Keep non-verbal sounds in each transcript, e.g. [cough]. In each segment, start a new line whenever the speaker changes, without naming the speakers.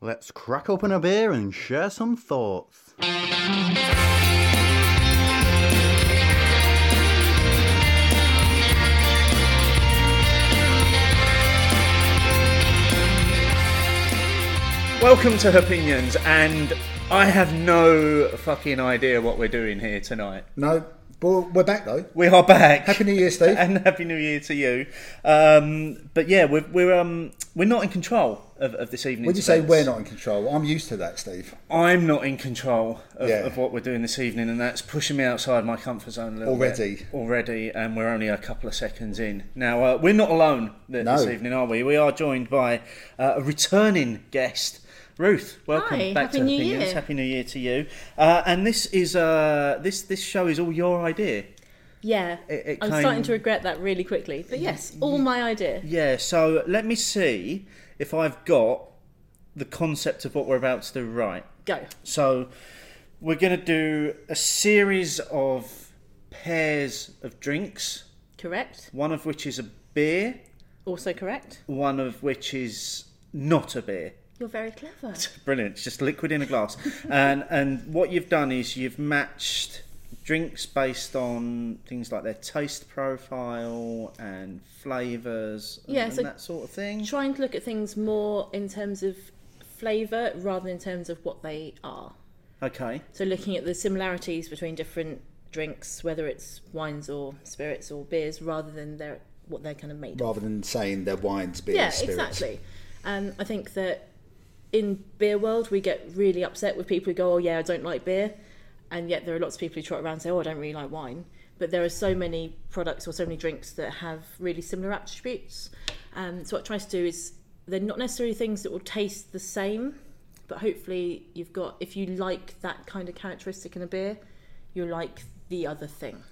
Let's crack open a beer and share some thoughts.
Welcome to Opinions, and I have no fucking idea what we're doing here tonight.
No, but we're back though.
We are back.
Happy New Year, Steve.
[laughs] and happy New Year to you. Um, but yeah, we're we're um, we're not in control of, of this evening.
Would you say we're not in control? I'm used to that, Steve.
I'm not in control of,
Yeah.
of what we're doing this evening, and that's pushing me outside my comfort zone a little
Already.
bit. Already, and we're only a couple of seconds in. Now uh, we're not alone th-
No.
this evening, are we? We are joined by uh, a returning guest. Ruth, welcome
Hi,
back
Happy
to
New
Opinions.
Year.
Happy New Year to you. Uh, and this is uh, this this show is all your idea.
Yeah,
It- it
I'm
came- Mm,
starting to regret that really quickly. But yes, all my idea.
Yeah, so let me see if I've got the concept of what we're about to do right.
Go.
So we're going to do a series of pairs of drinks,
Correct.
one of which is a beer,
Also correct.
one of which is not a beer. [laughs]
You're very [laughs] clever.
Brilliant, it's just liquid in a
[laughs]
glass. and and what you've done is you've matched drinks based on things like their taste profile and flavors and,
Yeah,
and
so
that sort of thing.
Trying to look at things more in terms of flavour rather than in terms of what they are.
Okay.
So looking at the similarities between different drinks, whether it's wines or spirits or beers, rather than their what they're kind of made of.
Rather than saying they're wines, beers,
Yeah,
spirits.
exactly. Um, I think that in beer world we get really upset with people who go, "Oh yeah, I don't like beer," and yet there are lots of people who trot around and say, "Oh, I don't really like wine." But there are so many products or so many drinks that have really similar attributes. Um, so what it tries to do is they're not necessarily things that will taste the same, but hopefully you've got if you like that kind of characteristic in a beer, you like the other thing,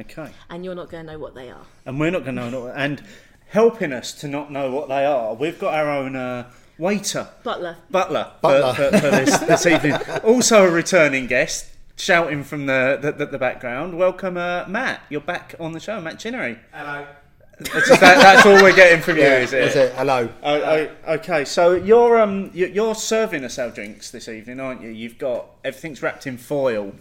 Okay.
and you're not going to know what they are.
and we're not going to know. And helping us to not know what they are, we've got our own uh, waiter,
Butler,
butler,
Butler.
For, for, for this, this evening.
[laughs]
Also a returning guest, shouting from the the, the, the background. Welcome, uh, Matt. You're back on the show, Matt Chinnery. Hello. That's, that, that's all we're getting from you,
Yeah,
is it?
that's it. Hello.
Oh, oh, okay, so you're um you- you're serving us our drinks this evening, aren't you? You've got everything's wrapped in foil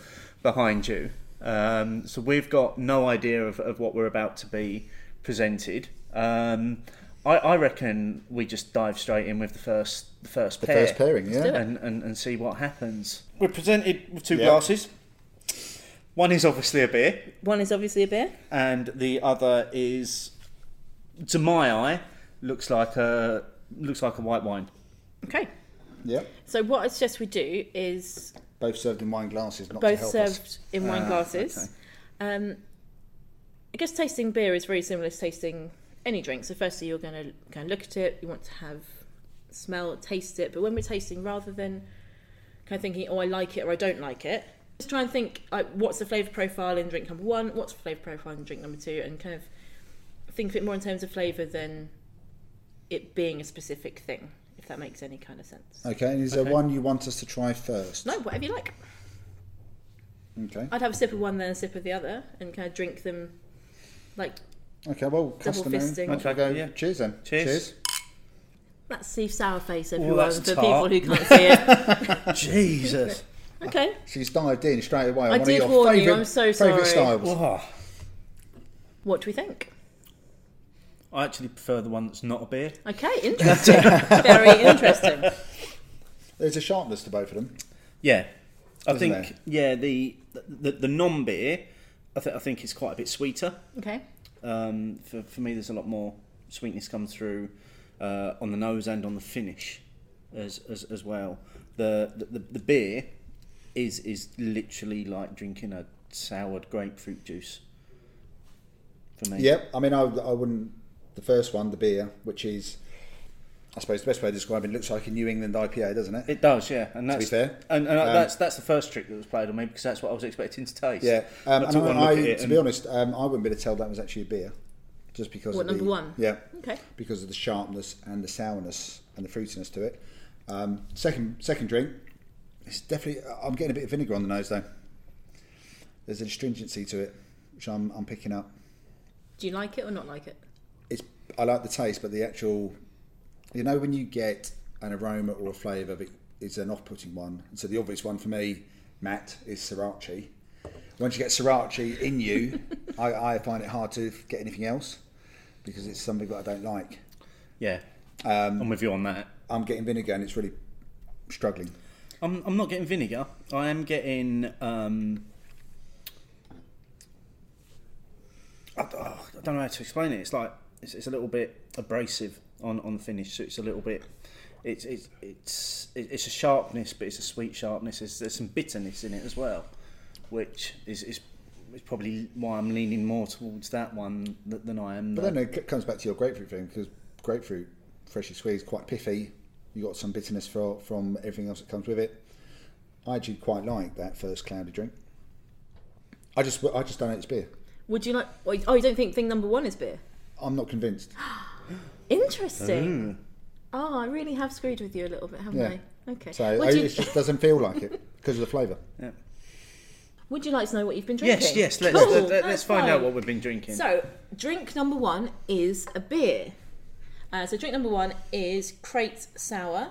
behind you, um, so we've got no idea of, of what we're about to be presented. Um, I, I reckon we just dive straight in with the first the first
The
pair,
first pairing, yeah.
and, and and see what happens. We're presented with two
Yeah.
glasses. One is obviously a beer,
one is obviously a beer.
and the other is, to my eye, looks like a looks like a white wine.
Okay.
Yeah.
So what I suggest we do is
Both served in wine glasses, not to
both
help
served
us. Ah,
in wine glasses. Um, I guess tasting beer is very similar to tasting any drink. So firstly, you're going to kind of look at it. You want to have smell, taste it. But when we're tasting, rather than kind of thinking, oh, I like it or I don't like it, just try and think, like, what's the flavour profile in drink number one? What's the flavour profile in drink number two? And kind of think of it more in terms of flavour than it being a specific thing, if that makes any kind of sense.
Okay, and is there one you want us to try first?
No, whatever you like.
Okay.
I'd have a sip of one, then a sip of the other, and kind of drink them like
Okay, well, customary.
fisting.
Off we
Okay,
go.
yeah.
Cheers then.
Cheers.
That's Steve Sourface,
everyone,
everyone,
that's
for
for
people
tart.
who can't see
[laughs]
it.
Jesus.
Okay.
She's dived in straight away. on
I
one
did
of your
warn you,
favourite,
I'm so
favourite
sorry.
styles.
Oh,
What do we think?
I actually prefer the one that's not a beer.
Okay,
[laughs]
interesting. Very interesting.
There's a sharpness to both of them.
Yeah, I
Isn't
think
there?
yeah the the, the non beer. I, th- I think is quite a bit sweeter.
Okay.
Um, for for me, there's a lot more sweetness comes through uh, on the nose and on the finish as as, as well. The, the the beer is is literally like drinking a soured grapefruit juice. For me,
Yep. I mean, I, I wouldn't. The first one, the beer, which is, I suppose, the best way to describe it, looks like a New England IPA, doesn't it?
It does, yeah, and that's
fair.
and, and uh,
Um,
that's that's the first trick that was played on me because that's what I was expecting to taste.
Yeah. Um,
I
and
took one
I,
look
I,
at it
to be
and-
honest, um, I wouldn't be able to tell that was actually a beer, just because.
What,
of the,
number one?
Yeah.
Okay.
Because of the sharpness and the sourness and the fruitiness to it. Um, second, second drink. It's definitely. uh, I'm getting a bit of vinegar on the nose though. There's an astringency to it, which I'm, I'm picking up.
Do you like it or not like it?
it's I like the taste, but the actual, you know, when you get an aroma or a flavour but is an off-putting one. And so the obvious one for me, Matt, is sriracha. Once you get sriracha in you, I, I find it hard to get anything else because it's something that I don't like.
Yeah.
um,
I'm with you on that.
I'm getting vinegar and it's really struggling.
I'm, I'm not getting vinegar. I am getting. Um, I, d- oh, I don't know how to explain it. It's like it's, it's a little bit abrasive on, on the finish. So it's a little bit. It's it's it's it- it's a sharpness, but it's a sweet sharpness. There's, there's some bitterness in it as well, which is is, is probably why I'm leaning more towards that one th- than I am.
But
the-
then it c- comes back to your grapefruit thing because grapefruit, freshly squeezed, quite piffy. You got some bitterness for, from everything else that comes with it. I actually quite like that first cloudy drink. I just I just don't know it's beer.
Would you like? Oh, you don't think thing number one is beer?
I'm not convinced.
Mm.
Interesting. Oh, I really have screwed with you a little bit, haven't
Yeah.
I? Okay.
So
would,
it
you,
just doesn't feel like it because of the flavour.
Yeah.
would you like to know what you've been drinking?
Yes, yes. Let's
Cool,
let, let,
that's
us find
fine.
out what we've been drinking.
So, drink number one is a beer. Uh, so, drink number one is Crate Sour.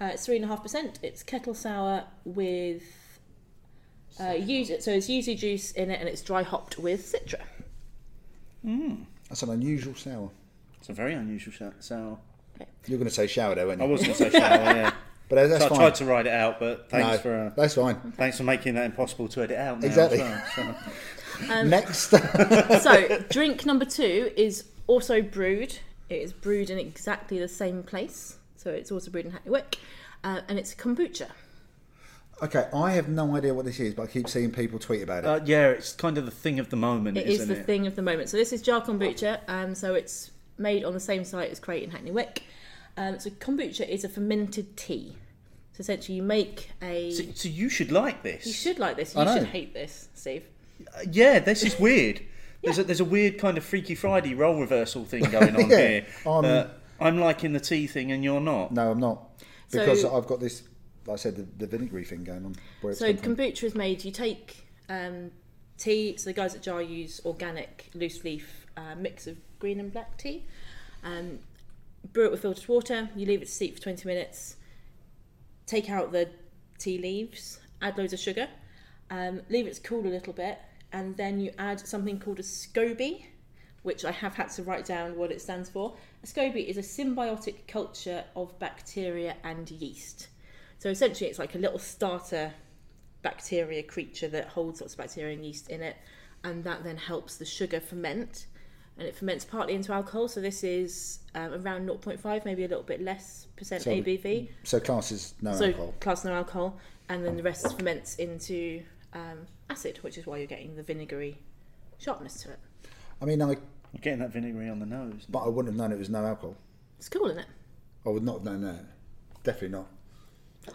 Uh, it's three and a half percent. It's kettle sour with uh, yuzu. So it's yuzu juice in it, and it's dry hopped with citra.
That's an unusual sour.
it's a very unusual sh- sour.
You're going to say sourdough, weren't
I
you?
was going to
[laughs]
say shower, yeah.
but uh, that's
So I
fine.
tried to write it out, but thanks
no,
for uh,
that's fine.
thanks for making that impossible to edit out. Now
Exactly.
As well,
[laughs]
so.
Um,
Next, [laughs]
so, drink number two is also brewed. It is brewed in exactly the same place. So, it's also brewed in Hackney Wick, uh, and it's kombucha.
okay, I have no idea what this is, but I keep seeing people tweet about it.
Uh, yeah, it's kind of the thing of the moment,
It
isn't
is the
it?
thing of the moment. So this is jar kombucha, um, so it's made on the same site as Crate in Hackney Wick. Um, so kombucha is a fermented tea. So essentially, you make a.
So, so you should like this.
you should like this.
I
You
know.
should hate this, Steve.
Uh, yeah, this is
[laughs]
weird. There's a, there's a weird kind of Freaky Friday role reversal thing going on
[laughs] Yeah,
here.
I'm-
Uh, I'm liking the tea thing, and you're not.
No, I'm not.
So-
Because I've got this, like I said, the, the vinegary thing going on. Where it's
So
come from.
kombucha is made. You take um, tea. So the guys at Jar use organic loose leaf uh, mix of green and black tea. Um, brew it with filtered water. You leave it to steep for twenty minutes. Take out the tea leaves. Add loads of sugar. Um, leave it to cool a little bit, and then you add something called a SCOBY, which I have had to write down what it stands for. A SCOBY is a symbiotic culture of bacteria and yeast. So essentially, it's like a little starter bacteria creature that holds lots of bacteria and yeast in it, and that then helps the sugar ferment. And it ferments partly into alcohol, so this is um, around 0.5, maybe a little bit less percent
So-
ABV.
So class is no
So
alcohol.
class no alcohol, and then the rest ferments into um, acid, which is why you're getting the vinegary sharpness to it.
I mean, I
You're getting that vinegary on the nose.
but I wouldn't have known it was no alcohol.
It's cool, isn't it?
I would not have known that. Definitely not.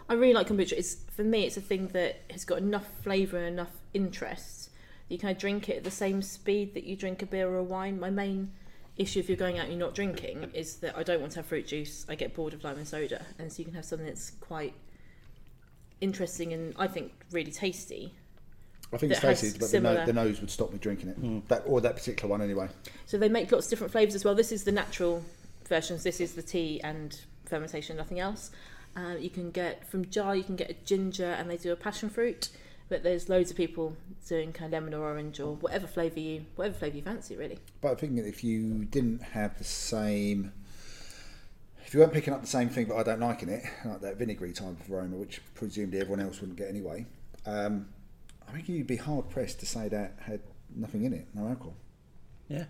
I really like kombucha. It's for me, it's a thing that has got enough flavour and enough interest. that You kind of drink it at the same speed that you drink a beer or a wine. My main issue if you're going out and you're not drinking is that I don't want to have fruit juice. I get bored of lime and soda, and so you can have something that's quite interesting and I think really tasty.
I think it's
That has
tasted, but the, no,
similar-
the nose would stop me drinking it. That or that particular one anyway.
So they make lots of different flavours as well. This is the natural versions. This is the tea and fermentation, nothing else. Uh, you can get from jar. You can get a ginger, and they do a passion fruit. But there's loads of people doing kind of lemon or orange or whatever flavour you whatever flavour you fancy really.
But I think if you didn't have the same, if you weren't picking up the same thing, but I don't like in it, like that vinegary type of aroma, which presumably everyone else wouldn't get anyway. Um, I think you'd be hard pressed to say that had nothing in it, no alcohol.
Yeah.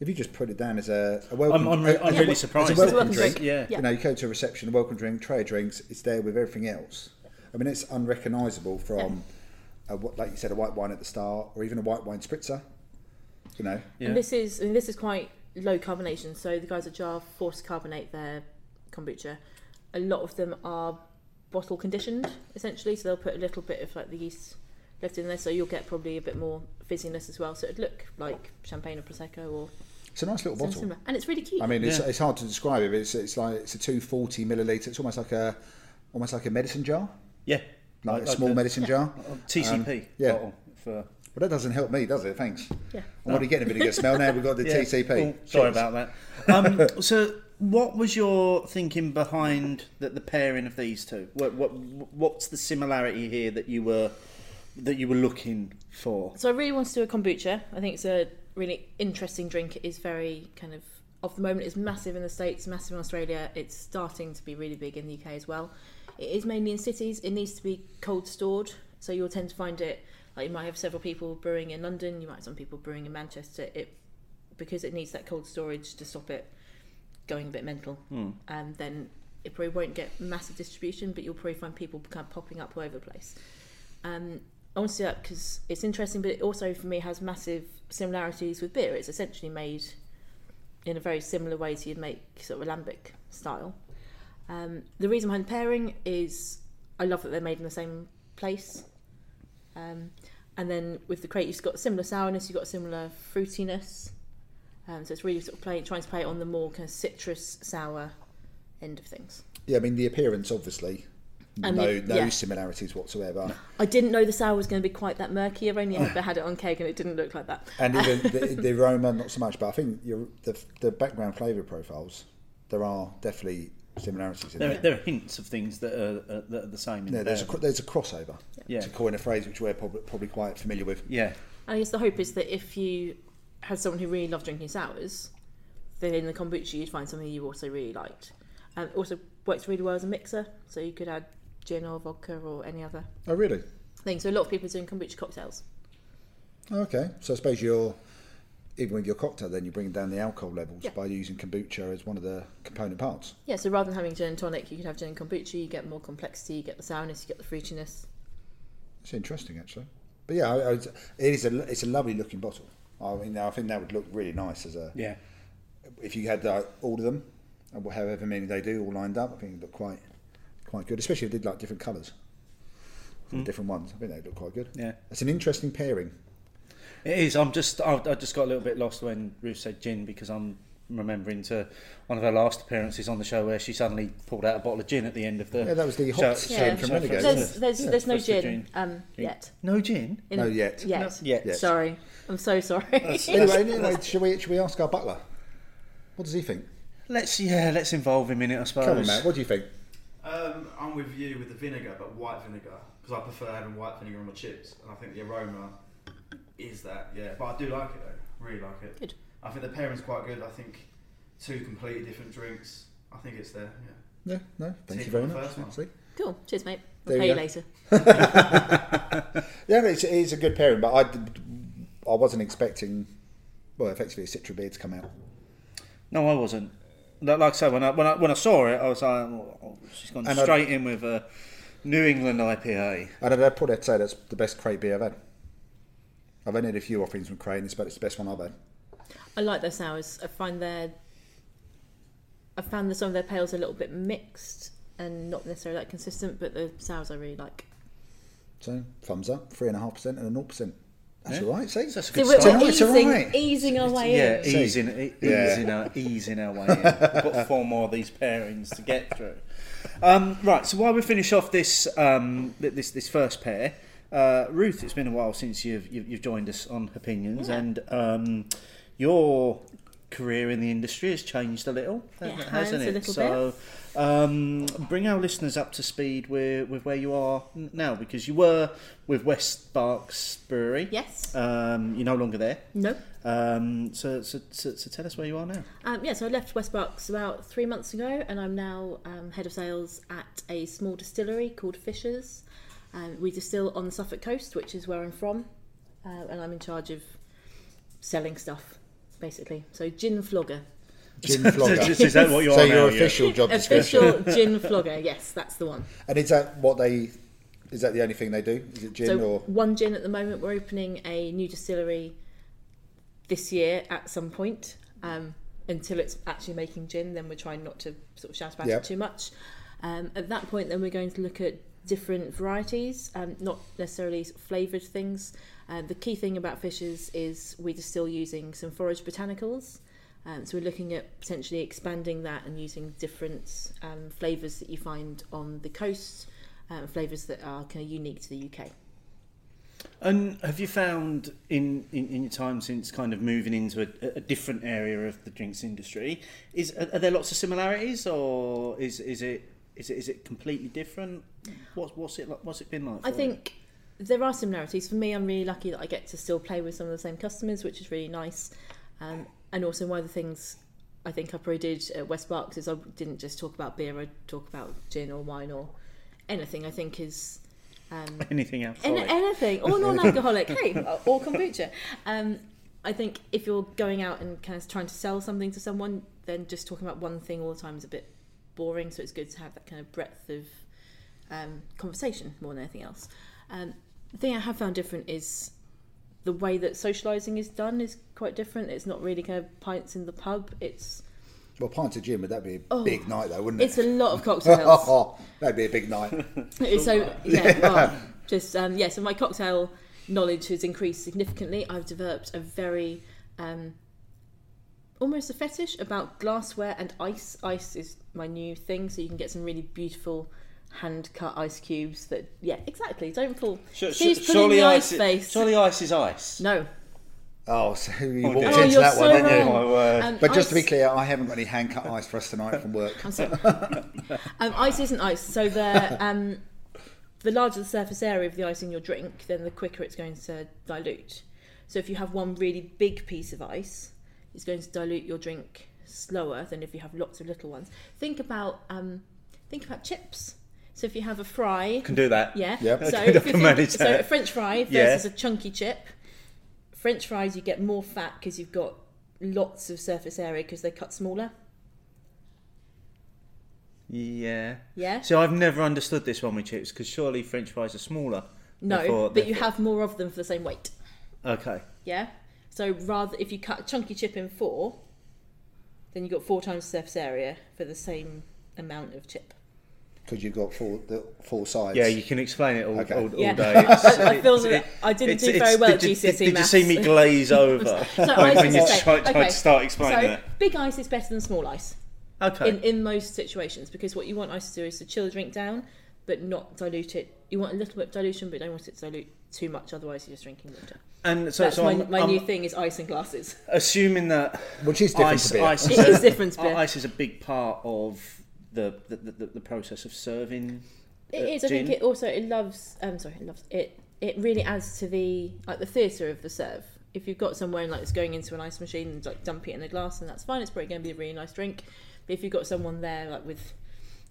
If you just put it down as a, a welcome,
I'm, I'm, re-
a-
I'm
a-
really
as a
surprised.
It's
welcome
a welcome
drink.
drink.
Yeah.
Yeah.
You know, you go to a reception, a welcome drink, tray of drinks, it's there with everything else. I mean, it's unrecognisable from, a, what- like you said, a white wine at the start, or even a white wine spritzer. You know,
Yeah.
And this is and this is quite low carbonation. So the guys at Jar force carbonate their kombucha. A lot of them are bottle conditioned essentially, so they'll put a little bit of like the yeast left in there, so you'll get probably a bit more fizziness as well. So it'd look like champagne or prosecco or
it's a nice little
something
bottle.
similar. And it's really cute.
I mean, it's,
Yeah.
it's hard to describe it. But it's it's like it's a two forty milliliter. It's almost like a almost like a medicine jar,
Yeah.
like, a small
the-
medicine jar.
TCP.
yeah.
bottle For,
But that doesn't help me, does it? Thanks.
yeah.
[laughs] Oh,
I'm already getting a bit of a good smell now. We've got the
Yeah.
TCP.
Oh, sorry about that. Um, [laughs] so what was your thinking behind the, the pairing of these two? What, what what's the similarity here that you were that you were looking for?
So I really want to do a kombucha. I think it's a really interesting drink. It is very kind of of the moment. It's massive in the states, massive in Australia. It's starting to be really big in the UK as well. It is mainly in cities. It needs to be cold stored, so you'll tend to find it. Like you might have several people brewing in London. You might have some people brewing in Manchester. It because it needs that cold storage to stop it going a bit mental. Um, then it probably won't get massive distribution, but you'll probably find people kind of popping up all over the place. Um, I want to do that because it's interesting, but it also for me has massive similarities with beer. It's essentially made in a very similar way to you'd make sort of alambic style. Um, the reason behind the pairing is I love that they're made in the same place. Um, and then with the crate, you've got similar sourness, you've got similar fruitiness. Um, so it's really sort of play, trying to play it on the more kind of citrus sour end of things.
Yeah, I mean the appearance obviously.
And
no,
the-
no
yeah.
similarities whatsoever,
I didn't know the sour was going to be quite that murky. I've only ever had it on keg and it didn't look like that.
[laughs] and even
[laughs]
the, the aroma not so much. But I think your, the the background flavour profiles there are definitely similarities in
There,
there.
are- there are hints of things that are, uh, that are the same. In
Yeah, there's a
there.
cro- there's a crossover.
Yeah.
To coin a phrase which we're probably, probably quite familiar with.
yeah.
And I guess the hope is that if you had someone who really loved drinking sours, then in the kombucha you'd find something you also really liked. Um, it also works really well as a mixer, so you could add gin or vodka or any other
Oh really?
thing. So a lot of people are doing kombucha cocktails.
Oh, Okay. So I suppose you're even with your cocktail, then you're bringing down the alcohol levels
Yeah.
by using kombucha as one of the component parts.
Yeah, so rather than having gin and tonic, you could have gin and kombucha. You get more complexity, you get the sourness, you get the fruitiness.
It's interesting, actually. But yeah, I, I, it is a it's a lovely looking bottle. I mean, I think that would look really nice as a
Yeah.
if you had like, all of them, and wh- however many they do, all lined up. I think it would look quite quite good, especially if they did like different colours, for
Hmm.
the different ones. I think they would look quite good.
Yeah.
it's an interesting pairing.
It is. I'm just. I, I just got a little bit lost when Ruth said gin because I'm remembering to one of her last appearances on the show where she suddenly pulled out a bottle of gin at the end of the.
Yeah, that was the hot
show-
scene
show-
from
show
Renegade,
first-
wasn't
There's there's,
Yeah,
there's no
first the
gin,
gin.
um, yet.
No gin.
In-
No, yet.
Yet.
No, yet.
Sorry. I'm so sorry.
Anyway, anyway, should we should we ask our butler? What does he think?
Let's yeah. Let's involve him in it. I suppose.
Come on, Matt. What do you think?
Um, I'm with you with the vinegar, but white vinegar because I prefer having white vinegar on my chips, and I think the aroma is that. Yeah, but I do like it though. Really like it.
Good.
I think the pairing's quite good. I think two completely different drinks. I think it's there. Yeah.
No, no. Thank
Take
you very
on the
much.
first one.
actually.
[laughs] cool. Cheers, mate. I'll
There
pay
we
you
go.
later.
Yeah, it's, it's a good pairing, but I, I wasn't expecting, well, effectively a Citra beer to come out.
No, I wasn't. Like, like I said, when I, when I when I saw it, I was like, oh, oh, she's gone
And I-
straight in with a New England IPA.
And I'd probably say that's the best Cray beer I've had. I've only had a few offerings from Cray, and it's, but it's the best one I've had.
I like their sours. I find their I found that some of their pails are a little bit mixed and not necessarily that consistent, but the sours I really like.
So, thumbs up, 3.5% and a 0%. That's
Yeah.
all right, see?
So that's a
So
good
we're,
start.
we're
It's all
easing,
right.
easing our way
Yeah,
in.
See.
easing, e-
Yeah.
easing our easing our way in. We've got four more of these pairings to get through. Um, right, so while we finish off this um, th- this this first pair, uh, Ruth, it's been a while since you've you've, you've joined us on opinions,
Yeah.
and um, your career in the industry has changed a little,
It has
hasn't
a
it?
little
so um, bring our listeners up to speed with, with where you are n- now, because you were with West Barks Brewery.
Yes.
Um, you're no longer there.
No.
Um, so, so, so, so tell us where you are now.
Um, yeah, so I left Westbox about three months ago, and I'm now um, head of sales at a small distillery called Fisher's. Um, we distill on the Suffolk coast, which is where I'm from, uh, and I'm in charge of selling stuff, basically. So gin flogger,
[laughs]
Gin
So,
flogger.
is is that what you are
so
now?
your
yeah?
official job description.
official gin flogger. Yes, that's the one.
And is that what they, is that the only thing they do? Is it gin
so
or?
one gin at the moment. We're opening a new distillery this year at some point. Um, until it's actually making gin, then we're trying not to sort of shout about
Yep.
it too much. Um, at that point, then we're going to look at different varieties, um, not necessarily flavoured things. Um, the key thing about Fishers is we distill using some forage botanicals. Um, so we're looking at potentially expanding that and using different um, flavours that you find on the coast, um, flavours that are kind of unique to the UK.
And have you found in, in, in your time since kind of moving into a, a different area of the drinks industry, is are, are there lots of similarities, or is is it is it is it completely different? What's what's it like, what's it been like?
I
for
think there are similarities. For me, I'm really lucky that I get to still play with some of the same customers, which is really nice. Um, and also, one of the things I think I probably did at West Barks is I didn't just talk about beer, I talk about gin or wine or anything. I think is um,
you? anything
An-
outside?
anything, or non-alcoholic, hey, or kombucha. Um, I think if you're going out and kind of trying to sell something to someone, then just talking about one thing all the time is a bit boring. So it's good to have that kind of breadth of um, conversation more than anything else. Um, the thing I have found different is the way that socialising is done is quite different. It's not really kind of pints in the pub. It's
Well, pints of gin, would that be a
Oh.
big night though, wouldn't
it's
it?
a lot
[laughs]
of cocktails.
That'd be a big night.
It's so
[laughs]
yeah, well, just um, yeah. So my cocktail knowledge has increased significantly. I've developed a very um, almost a fetish about glassware and ice. Ice is my new thing, so you can get some really beautiful hand cut ice cubes. That yeah, exactly. Don't pull.
Su- su-
She's pulling the ice
is-
face.
surely ice is ice.
No.
[laughs]
Oh, so you
Oh,
walked
dear.
into
Oh,
that
you're
one,
so
didn't you?
wrong.
My word.
Um,
But just to be
ice-
clear, I haven't got any hand cut ice for us tonight from work.
I'm sorry. [laughs] um, ice isn't ice. So the um, the larger the surface area of the ice in your drink, then the quicker it's going to dilute. So if you have one really big piece of ice, it's going to dilute your drink slower than if you have lots of little ones. Think about um, think about chips. So if you have a fry,
Can do that.
yeah.
Yep.
Okay, [laughs]
So,
I
if you
can manage
think, so
that.
a French fry
Yeah.
versus a chunky chip. French fries, you get more fat because you've got lots of surface area because they cut smaller.
Yeah.
Yeah.
So I've never understood this one with chips because surely French fries are smaller.
No,
Therefore-
but you
therefore-
have more of them for the same weight.
Okay.
Yeah. So rather, if you cut a chunky chip in four, then you got four times the surface area for the same amount of chip.
Because you've got four the four sides.
Yeah, you can explain it all,
Okay.
all, all
Yeah.
day. It's-
[laughs] I, I feel
it's-
that I didn't
it's-
do
it's-
very well at
did you-
GCSE
Did, did you
E maths. [laughs]
see me glaze over [laughs]
So
when,
ice
when
is
you
the same.
tried, tried
Okay.
to start
So
explaining it?
big ice is better than small ice
Okay.
in, in most situations because what you want ice to do is to chill the drink down, but not dilute it. You want a little bit of dilution, but don't want it to dilute too much. Otherwise, you're just drinking water.
and so,
That's
so
my,
I'm,
my
I'm
new thing is ice and glasses.
assuming that
Which is different
ice,
to beer.
ice, is
It is
a,
different to beer.
ice is a big part of the the, the, the- the process of serving.
It
uh,
is. I think
gin.
it also it loves. Um, sorry, it loves it. It really adds to the like the theatre of the serve. If you've got someone like it's going into an ice machine and like dump it in a glass, and that's fine. It's probably going to be a really nice drink. But if you've got someone there like with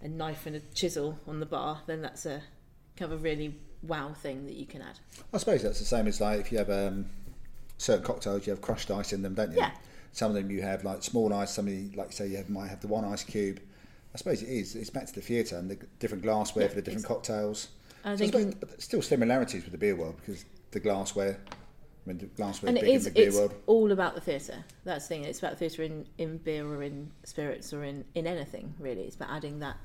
a knife and a chisel on the bar, then that's a kind of a really wow thing that you can add.
I suppose that's the same as like if you have um, certain cocktails, you have crushed ice in them, don't you?
Yeah.
Some of them you have like small ice. Some of you, like say you have, might have the one ice cube. I suppose it is. It's back to the theatre and the different glassware
Yeah,
for the different
it's-
cocktails.
I
So
think
suppose-
in-
but there's still similarities with the beer world because the glassware. I mean, the glassware
and
is
it
big
is
in the beer
it's
world.
all about the theatre that's the thing it's about theatre in, in beer or in spirits or in, in anything really it's about adding that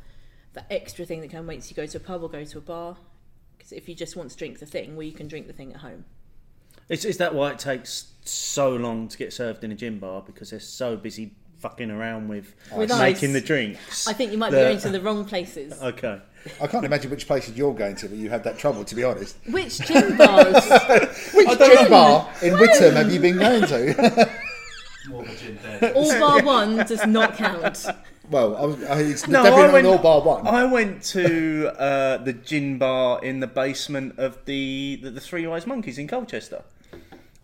that extra thing that kind of makes you go to a pub or go to a bar because if you just want to drink the thing well you can drink the thing at home
Is, is that why it takes so long to get served in a gin bar because they're so busy fucking around with,
With
making
ice.
the drinks?
i think you might
The-
be going to the wrong places
Okay.
[laughs] I can't imagine which places you're going to, but you have that trouble, to be
[laughs]
honest.
which gin bars
Which gin bar in Whittam have you
[laughs]
been going to? [laughs]
More of a gin dead.
all bar one does not count
well, I was, I, it's definitely not an all bar one.
I went to uh, the gin bar in the basement of the the, the Three Wise Monkeys in Colchester,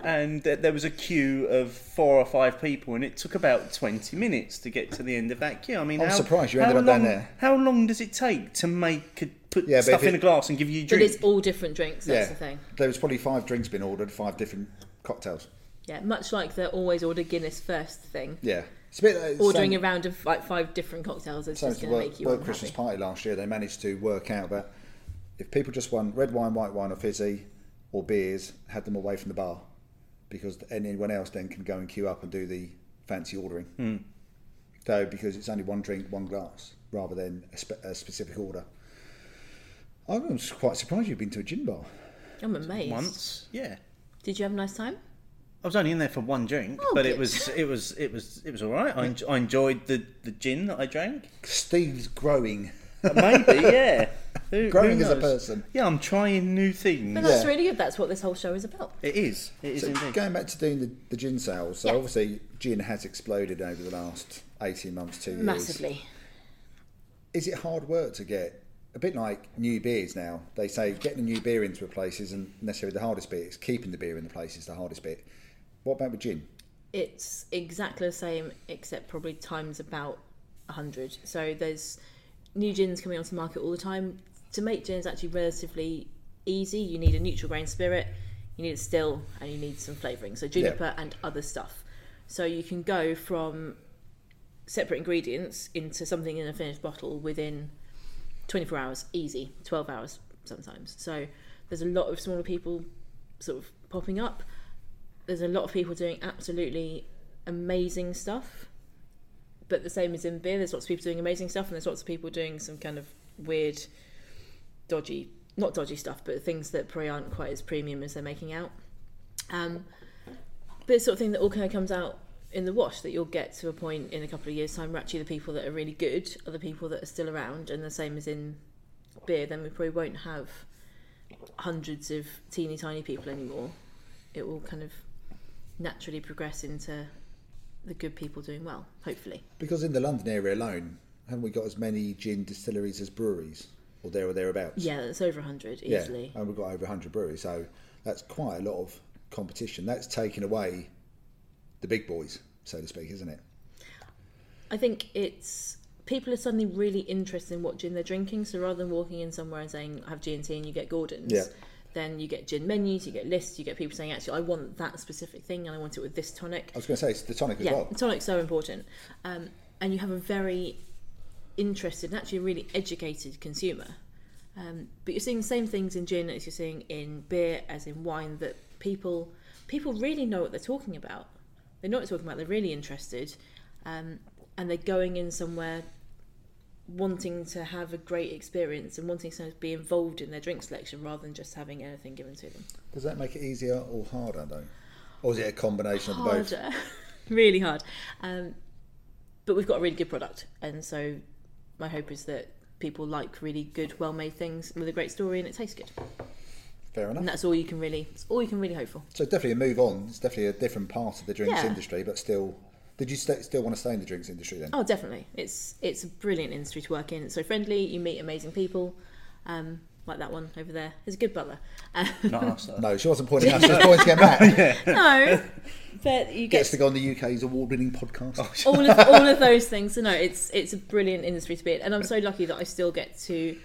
and th- there was a queue of four or five people, and it took about twenty minutes to get to the end of that queue. I mean,
I'm
how,
surprised you
how
ended up
long,
down there.
How long does it take to make a, put
Yeah, but
stuff
if
in
it-
a glass and give you a
but
drink?
it's all different drinks that's the thing
There was probably five drinks been ordered, five different cocktails.
yeah much like the always order guinness first thing
Yeah. It's a bit like the
ordering
same-
a round of like five different cocktails is
same
just
as the
going to
work,
make you
work
unhappy
Christmas party last year. They managed to work out that if people just won red wine, white wine, or fizzy, or beers, had them away from the bar, because anyone else then can go and queue up and do the fancy ordering. So because it's only one drink, one glass, rather than a, spe- a specific order. I'm s- quite surprised you've been to a gin bar.
i'm amazed
Once, yeah.
did you have a nice time
I was only in there for one drink,
Oh,
but it
good.
was it was it was it was all right. I, en- I enjoyed the, the gin that I drank.
[laughs]
Steve's growing.
Maybe,
[laughs]
yeah. Who- who
Growing as a
knows?
person.
Yeah, I'm trying new things.
But that's
Yeah.
really good. That's what this whole show is about.
It is. It is
So
indeed.
going back to doing the, the gin sales, so
Yeah.
obviously gin has exploded over the last 18 months, two years.
Massively.
Is it hard work to get, a bit like new beers now, they say getting a new beer into a place isn't necessarily the hardest bit, it's keeping the beer in the place is the hardest bit. What about with gin?
It's exactly the same, except probably times about 100. So there's new gins coming onto the market all the time. To make gins actually relatively easy, you need a neutral grain spirit, you need a still, and you need some flavouring. So juniper and other stuff. So you can go from separate ingredients into something in a finished bottle within 24 hours, easy, 12 hours sometimes. So there's a lot of smaller people sort of popping up. There's a lot of people doing absolutely amazing stuff. But the same as in beer, there's lots of people doing amazing stuff, and there's lots of people doing some kind of weird, dodgy, not dodgy stuff, but things that probably aren't quite as premium as they're making out. Um, but it's the sort of thing that all kind of comes out in the wash that you'll get to a point in a couple of years' time where actually the people that are really good are the people that are still around, and the same as in beer, then we probably won't have hundreds of teeny tiny people anymore. It will kind of naturally progress into the good people doing well, hopefully.
Because in the London area alone, haven't we got as many gin distilleries as breweries, or there or thereabouts?
Yeah, that's over 100
Yeah,
easily.
and we've got over 100 breweries, so that's quite a lot of competition. That's taken away the big boys, so to speak, isn't it?
I think it's people are suddenly really interested in what gin they're drinking. So rather than walking in somewhere and saying I have G and T and you get Gordon's,
Yeah.
then you get gin menus, you get lists, you get people saying actually I want that specific thing and I want it with this tonic.
I was going to say it's the tonic as
yeah,
well.
tonic's so important, um, and you have a very interested and actually really educated consumer. Um, but you're seeing the same things in gin as you're seeing in beer, as in wine. That people people really know what they're talking about. They know what they're talking about. They're really interested, um, and they're going in somewhere wanting to have a great experience and wanting to be involved in their drink selection rather than just having anything given to them.
Does that make it easier or harder though? Or is it a combination of the both?
harder, [laughs] really hard. Um, but we've got a really good product, and so my hope is that people like really good, well-made things with a great story, and it tastes good.
Fair enough.
And that's all you can really, it's all you can really hope for.
So definitely a move on. It's definitely a different part of the drinks
Yeah.
industry, but still, did you sta still want to stay in the drinks industry then?
Oh, definitely, it's it's a brilliant industry to work in. It's so friendly. You meet amazing people, um, like that one over there. He's a good butler. [laughs] Um,
Not us, though.
No, she wasn't pointing
[laughs]
out. She was pointing at Matt.
no, but you get
Gets to go on the UK's award-winning podcast.
all of all of those things. So no, it's it's a brilliant industry to be in, and I'm so lucky that I still get to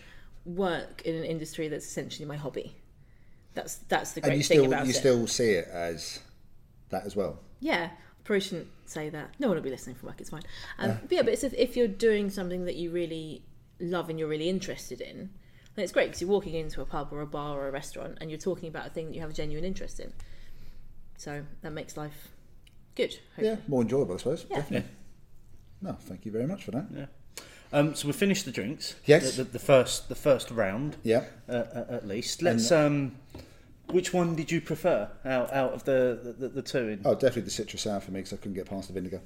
work in an industry that's essentially my hobby. That's that's the great
and you
thing
still
about
you
it.
still see it as that as well.
yeah, probably shouldn't say that. No one will be listening from work. It's fine. Um, But yeah, but it's if, if you're doing something that you really love and you're really interested in, then it's great because you're walking into a pub or a bar or a restaurant and you're talking about a thing that you have a genuine interest in. So that makes life good. Hopefully.
Yeah, more enjoyable, I suppose.
Yeah.
Definitely. No, thank you very much for that.
Um, so we finished the drinks.
Yes.
The, the, the first, the first round.
Yeah.
Uh, uh, at least. Let's. Um, which one did you prefer out out of the the, the, the two? In
Oh, definitely the citrus sour for me because I couldn't get past the vinegar.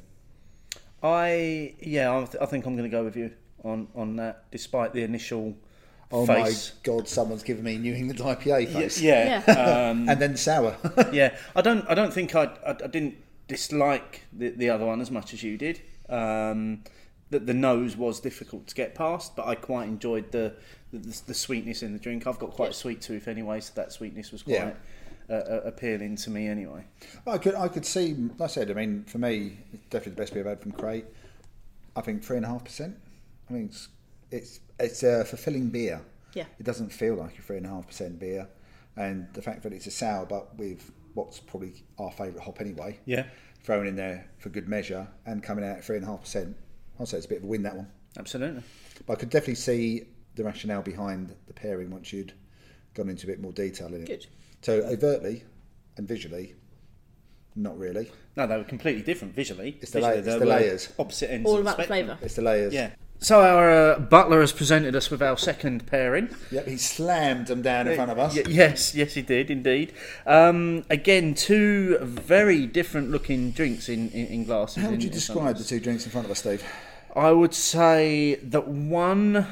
I yeah, I, th- I think I'm going to go with you on on that, despite the initial
Oh
face.
my god, someone's given me New England IPA
Y-
face.
yeah, Um, [laughs]
Yeah.
And then sour.
yeah. I don't I don't think I I, I didn't dislike the, the other one as much as you did. Um, that the nose was difficult to get past, but I quite enjoyed the the, the sweetness in the drink. I've got quite a sweet tooth anyway, so that sweetness was
Yeah.
quite uh, uh, appealing to me anyway.
I could I could see. Like I said, I mean, for me, it's definitely the best beer I've had from Crate. I think three and a half percent. I mean, it's it's it's a fulfilling beer.
Yeah.
It doesn't feel like a three and a half percent beer, and the fact that it's a sour, but with what's probably our favourite hop anyway.
Yeah.
Thrown in there for good measure and coming out at three and a half percent. I'd say it's a bit of a win that one.
Absolutely.
But I could definitely see the rationale behind the pairing once you'd gone into a bit more detail in it.
Good.
So overtly and visually, not really.
No, they were completely different visually.
It's the
Visually,
layers- it's
they
the
were
layers.
Opposite ends.
All
of the
about the
spectrum.
flavour.
It's the layers.
Yeah. So our uh, butler has presented us with our second pairing.
Yep, he slammed them down in front of us.
Y- yes, yes, he did indeed. Um, again, two very different looking drinks in, in, in glasses.
How would
in- in
you
front [laughs]
describe
of
the
us.
two drinks in front of us, Steve?
I would say that one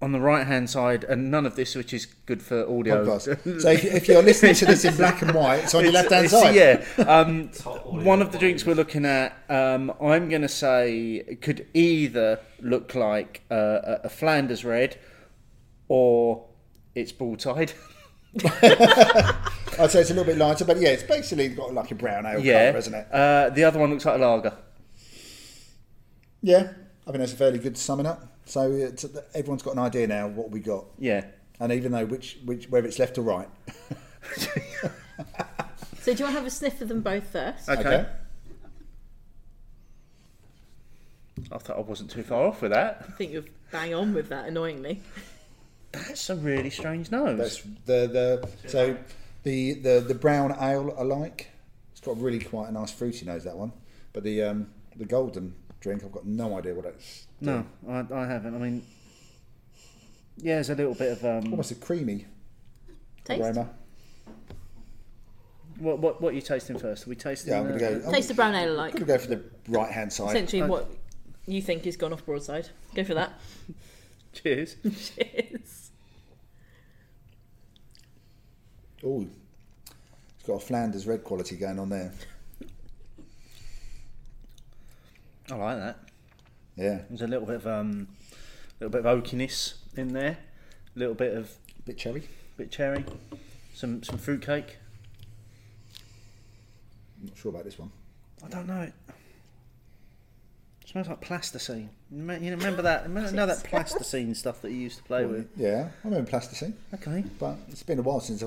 on the right hand side, and none of this, which is good for audio. [laughs]
podcast. So if, if you're listening to this in black and white, it's on your left hand
It's-
side.
Yeah. Um,
Top audio
one of the drinks
quality.
we're looking at, um, I'm going to say, it could either look like uh, a, a Flanders red or it's bull tied. [laughs]
I'd say it's a little bit lighter, but yeah, it's basically got like a brown ale
yeah.
colour, isn't it?
Uh, the other one looks like a lager.
Yeah, I think that's a fairly good summing up. So it's, everyone's got an idea now what we got,
Yeah.
and even though which, which whether it's left or right.
So do you want to have a sniff of them both first?
Okay. I thought I wasn't too far off with that.
I think you're bang on with that, annoyingly.
That's a really strange nose.
that's the the so the the the brown ale alike. It's got really quite a nice fruity nose that one, but the um the golden drink I've got no idea what it's
no, I, I haven't. I mean, yeah, there's a little bit of um.
almost a creamy
Taste.
aroma.
What what what are you tasting first? Are we tasting?
Yeah, I'm gonna
uh,
go. I'm
Taste the brown ale alike.
gonna go for the right hand side.
Essentially, what you think is gone off broadside. Go for that. [laughs]
Cheers. [laughs]
Cheers.
Oh, it's got a Flanders red quality going on there.
I like that.
Yeah,
There's a little bit of um, little bit of oakiness in there, a little bit of
bit cherry.
bit cherry, some some fruitcake.
Not sure about this one.
I don't know. It smells like plasticine. You me- you remember that? Remember know that plasticine stuff that you used to play with?
Yeah, I'm in plasticine,
[laughs] Okay.
but it's been a while since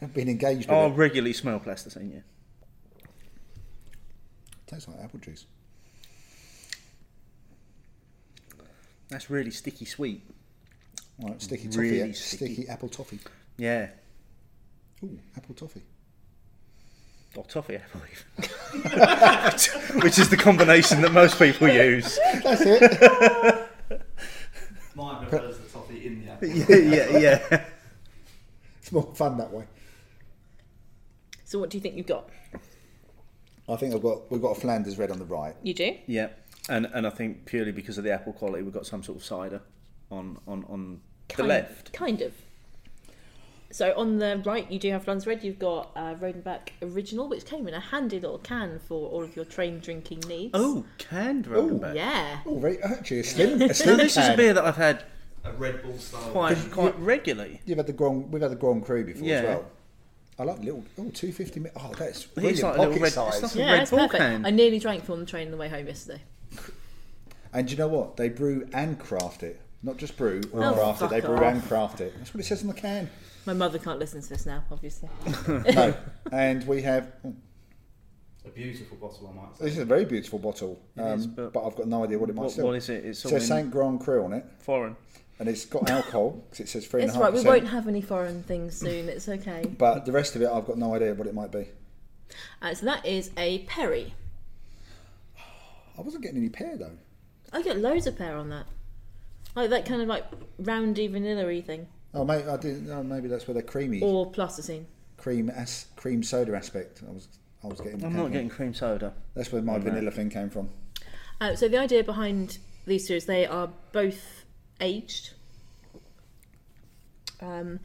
I've [laughs] been engaged with
Oh, I
it.
regularly smell plasticine. Yeah.
Tastes like apple juice.
That's really sticky sweet.
Right, sticky toffee.
Really
eh?
sticky.
sticky apple toffee.
Yeah.
Ooh, apple toffee. [laughs]
Or toffee, I believe. [laughs] which, which is the combination that most people use.
That's it.
Mine prefers the toffee in the
[laughs]
apple.
yeah, yeah, yeah.
It's more fun that way.
So what do you think you've got?
I think I've got we've got a Flanders red on the right.
You do?
Yeah, and and I think purely because of the apple quality, we've got some sort of cider on on on the
Kind-
left.
Kind of. So on the right, you do have Flanders Red. You've got uh, Rodenbach Original, which came in a handy little can for all of your train drinking needs.
Oh, canned Rodenbach.
yeah.
Oh, very actually
[laughs]
a slim, a
Now
slim
this is a
can.
beer that I've had
A Red Bull style.
quite quite regularly.
You've had the Grand, we've had the Grand Cru before
Yeah.
as well. I like the little oh 250 mi- Oh, that's
He's
brilliant.
like a little
pocket
red-
size.
it's not-
Yeah,
Red
that's
Bull
perfect.
can.
I nearly drank from the train on the way home yesterday.
And you know what? They brew and craft it, not just brew or
Oh,
craft it. They
fuck
brew
off.
and craft it. That's what it says on the
[laughs]
can.
My mother can't listen to this now,
[laughs]
obviously.
no, and we have oh,
A beautiful bottle, I might say.
this is a very beautiful bottle, um,
is,
but,
but-
I've got no idea what it might
What,
sell.
what is it? It's all
So
in
Saint Grand Cru on it,
foreign.
and it's
[laughs]
got alcohol 'cause it says three and a
It's
half
right. We
percent.
won't have any foreign things soon. It's okay.
[laughs] But the rest of it, I've got no idea what it might be.
Uh, so that is a Perry.
I wasn't getting any pear though.
I get loads of pear on that. Like that kind of like roundy vanilla-y thing.
Oh, mate, I didn't. Oh, maybe that's where the creamy
Or plasticine.
cream as cream soda aspect. I was, I was getting.
I'm
came
not
from.
getting cream soda.
That's where my vanilla thing came from.
Uh, so the idea behind these two is they are both aged, um,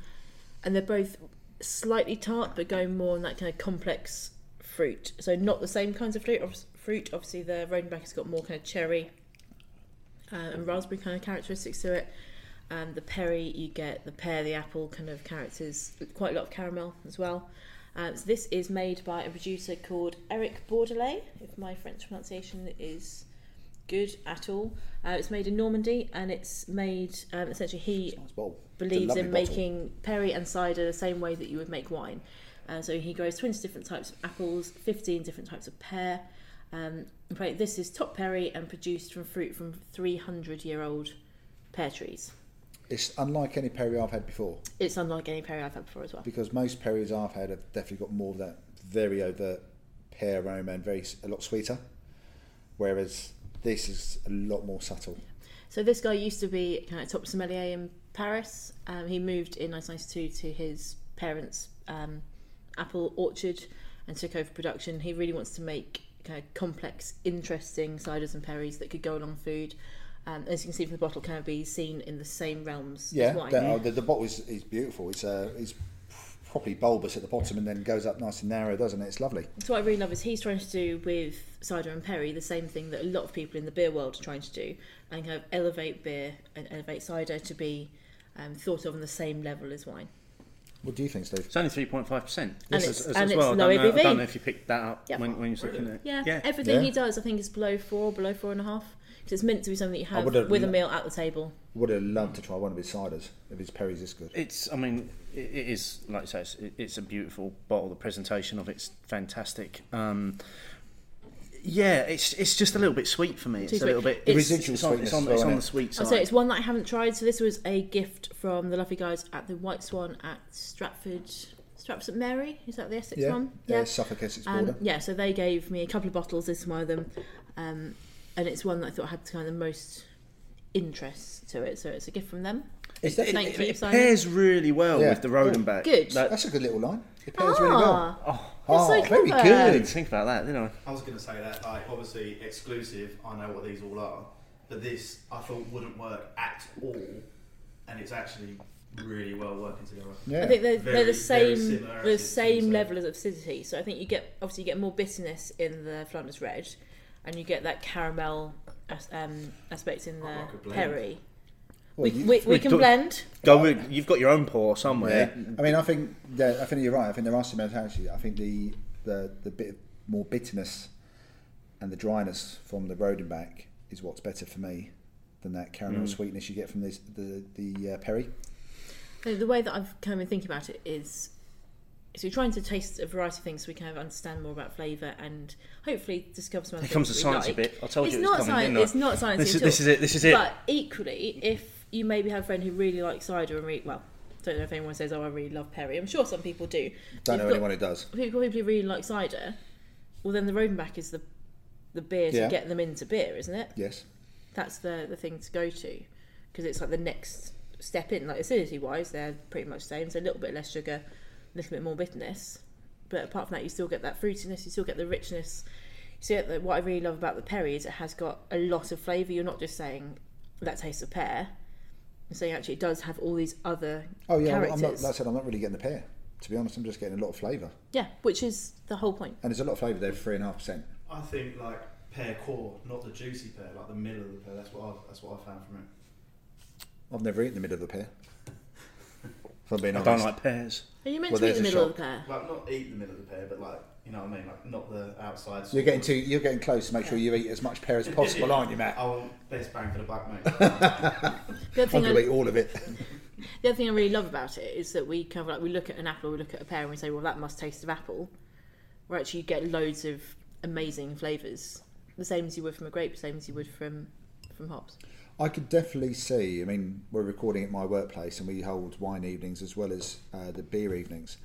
and they're both slightly tart, but going more on that kind of complex fruit. So not the same kinds of fruit. Obvi- Fruit, obviously, the Rodenbach has got more kind of cherry uh, and raspberry kind of characteristics to it. Um, the Perry, you get the pear, the apple kind of characters, quite a lot of caramel as well. Um, so this is made by a producer called Eric Bordelais, if my French pronunciation is good at all. Uh, it's made in Normandy, and it's made um, essentially he
Nice bowl. It's a
believes
lovely
in
bottle.
making perry and cider the same way that you would make wine. Uh, so he grows 20 different types of apples, 15 different types of pear. Um, in fact, this is top perry and produced from fruit from 300 year old pear trees.
It's unlike any perry I've had before
It's unlike any perry I've had before as well.
because most perries I've had have definitely got more of that very overt pear aroma and very s- a lot sweeter, whereas this is a lot more subtle.
So this guy used to be kind of top sommelier in Paris. Um, he moved in 1992 to his parents' um, apple orchard and took over production. He really wants to make kind of complex, interesting ciders and perries that could go along food. um, as you can see from the bottle, can be seen in the same realms
Yeah,
as wine.
the, oh, the, the bottle is, is beautiful. It's uh, it's properly bulbous at the bottom and then goes up nice and narrow, doesn't it? It's lovely.
So what I really love is he's trying to do with cider and perry the same thing that a lot of people in the beer world are trying to do, and kind of elevate beer and elevate cider to be um, thought of on the same level as wine.
What do you think, Steve?
It's only three point five percent.
And it's- and it's low
I don't, know, I
ABV.
don't know if you picked that up
Yeah.
when, when you were looking at it.
Yeah, everything
Yeah.
he does, I think, is below four, below four and a half, because it's meant to be something that you have
would've
with a
lo-
meal at the table.
Would have loved to try one of his ciders if his Perry's this good.
It's. I mean, it, it is like I say. It's, it's a beautiful bottle. The presentation of it's fantastic. Um, yeah, it's it's just a little bit sweet for me. It's
Too
a
sweet.
little bit.
The
it's-
residual
it's on,
sweetness
It's on,
as well,
it's on
isn't
the
it?
sweet
Oh,
side.
so it's one that I haven't tried. So this was a gift from the lovely guys at the White Swan at Stratford, Stratford St Mary. Is that the Essex one?
yeah. Suffolk Essex border.
Um, yeah, so they gave me a couple of bottles. This is one of them, um, and it's one that I thought had kind of the most interest to it. So it's a gift from them.
It's definitely-
Thank
it,
you,
it
Simon.
pairs really well
Yeah.
with the Rodenbach.
good.
That,
That's a good little line. It pairs
Ah,
really well.
that's
Ah,
so
very
clever.
I
good.
didn't think about that, did I?
I was going to say that, like, obviously exclusive, I know what these all are, but this I thought wouldn't work at all, and it's actually really well working together.
Yeah.
I think they're, they're the
Very- very
same
similar
the
acids,
same
so-
level of acidity. So I think you get obviously you get more bitterness in the Flanders Red, and you get that caramel as, um, aspect in the
like a blend.
Perry.
Well,
we,
you-
we, we
we
can
talk-
blend.
Go. with- You've got your own pour
Yeah.
somewhere.
I mean, I think that, I think you're right. I think there are similarities. I think the the the bit of more bitterness and the dryness from the road and back is what's better for me than that caramel sweetness you get from this the the uh, Perry.
So the way that I've kind of been thinking about it is, so you're trying to taste a variety of things so we kind of understand more about flavour and hopefully discover some. other
Here comes the
things that we
science
like.
a bit. I told
it's
you it was
not
coming,
science.
didn't I?
It's not science
This is-
at all.
this is it, this is it.
But equally, if you maybe have a friend who really likes cider and really well. Don't know if anyone says, "Oh, I really love Perry." I'm sure some people do.
Don't know
You've got-
anyone who does.
people who really like cider, well then the Rodenbach is the the beer to
Yeah.
get them into beer, isn't it?
Yes.
That's the the thing to go to because it's like the next step in. Like acidity wise, they're pretty much the same. So a little bit less sugar, a little bit more bitterness, but apart from that, you still get that fruitiness. You still get the richness. You still get the, what I really love about the Perry is it has got a lot of flavour. You're not just saying that tastes of pear. You're saying actually it does have all these other
Oh yeah. I'm- I'm
characters.
not, like I said, I'm not really getting the pear. To be honest, I'm just getting a lot of flavour,
yeah, which is the whole point.
and there's a lot of flavour there. Three and a half percent.
I think like pear core, not the juicy pear, like the middle of the pear. That's what I've, that's what I found from it.
I've never eaten the middle of the pear. If I'm being
I
honest.
don't like pears.
Are you meant
Well,
to eat
there's
the
a
middle of
shock.
the pear?
Like not eat the middle of the pear, but like you know what I mean, like not the outside.
You're getting too. You're getting close. to Make sure you eat as much pear as possible,
[laughs]
aren't you, Matt?
I want Oh, best bang for the buck,
[laughs]
mate. Uh,
The other
I'm
thing
going to
I,
eat all of it.
the other thing I really love about it is that we kind of like we look at an apple, we look at a pear, and we say, "Well, that must taste of apple." Where actually you get loads of amazing flavors, the same as you would from a grape, same as you would from from hops.
I could definitely see. I mean, we're recording at my workplace, and we hold wine evenings as well as uh, the beer evenings.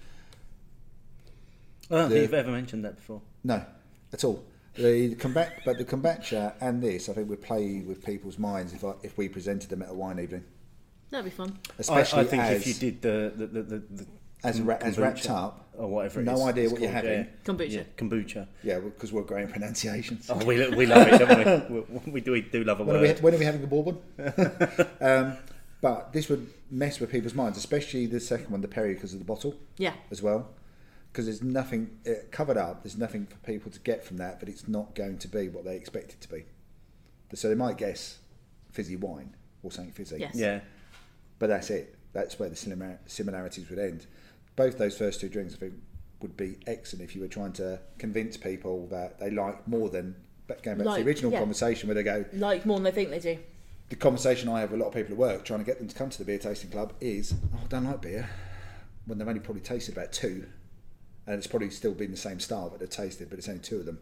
I don't
The-
think you've ever mentioned that before.
No, at all. The combat, but the kombucha and this, I think, would play with people's minds if I, if we presented them at a wine evening,
That'd be fun.
I, I
especially
think
as
if you did the the the, the, the
as, ra- as
kombucha
wrapped up.
or whatever, it
no
is
idea
it's
what you're
called,
having.
Kombucha.
Yeah, kombucha.
Yeah, because we're great in pronunciations.
Oh, we, lo- we love it, don't
[laughs]
we? we? We do we do love a
When are, we,
word.
when are we having a bourbon? um, but this would mess with people's minds, especially the second one, the Perry, because of the bottle.
Yeah,
as well because there's nothing it covered up there's nothing for people to get from that but it's not going to be what they expect it to be so they might guess fizzy wine or something fizzy
Yes.
Yeah,
but that's it that's where the similar- similarities would end both those first two drinks I think would be excellent if you were trying to convince people that they like more than but going back to
Like,
the original
yeah.
conversation where they go
like more than they think they do.
the conversation I have with a lot of people at work trying to get them to come to the beer tasting club is, oh, I don't like beer. When they've only probably tasted about two, and it's probably still been the same style that they've tasted, but it's only two of them.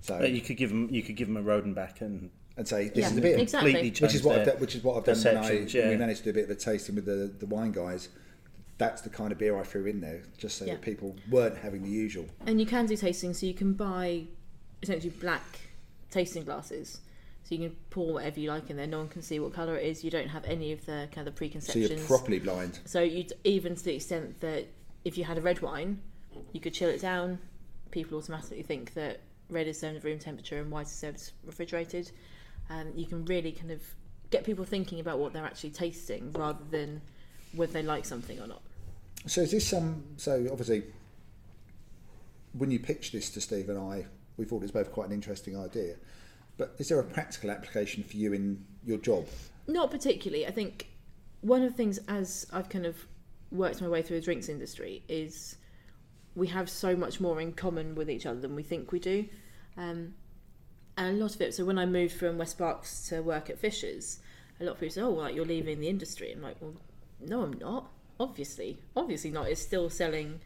So
But you could give them you could give them a Rodenbach and
and say this
Yeah,
is the beer,
exactly.
completely change
which is what
their
I've done, which is what I've done when I
perceptions, yeah.
when we managed to do a bit of a tasting with the the wine guys. That's the kind of beer I threw in there, just so
Yeah.
that people weren't having the usual.
And you can do tasting, so you can buy essentially black tasting glasses. So you can pour whatever you like in there. No one can see what colour it is. You don't have any of the kind of the
So
preconceptions.
you're properly blind.
So you'd even to the extent that if you had a red wine, you could chill it down. People automatically think that red is served at room temperature and white is served refrigerated. Um, you can really kind of get people thinking about what they're actually tasting rather than whether they like something or not.
So is this some? So obviously, when you pitched this to Steve and I, we thought it was both quite an interesting idea. But is there a practical application for you in your job?
Not particularly. I think one of the things as I've kind of worked my way through the drinks industry is we have so much more in common with each other than we think we do. Um, and a lot of it, so when I moved from West Barks to work at Fisher's, a lot of people said, oh, well, like, you're leaving the industry. I'm like, well, no, I'm not. Obviously. Obviously not. It's still selling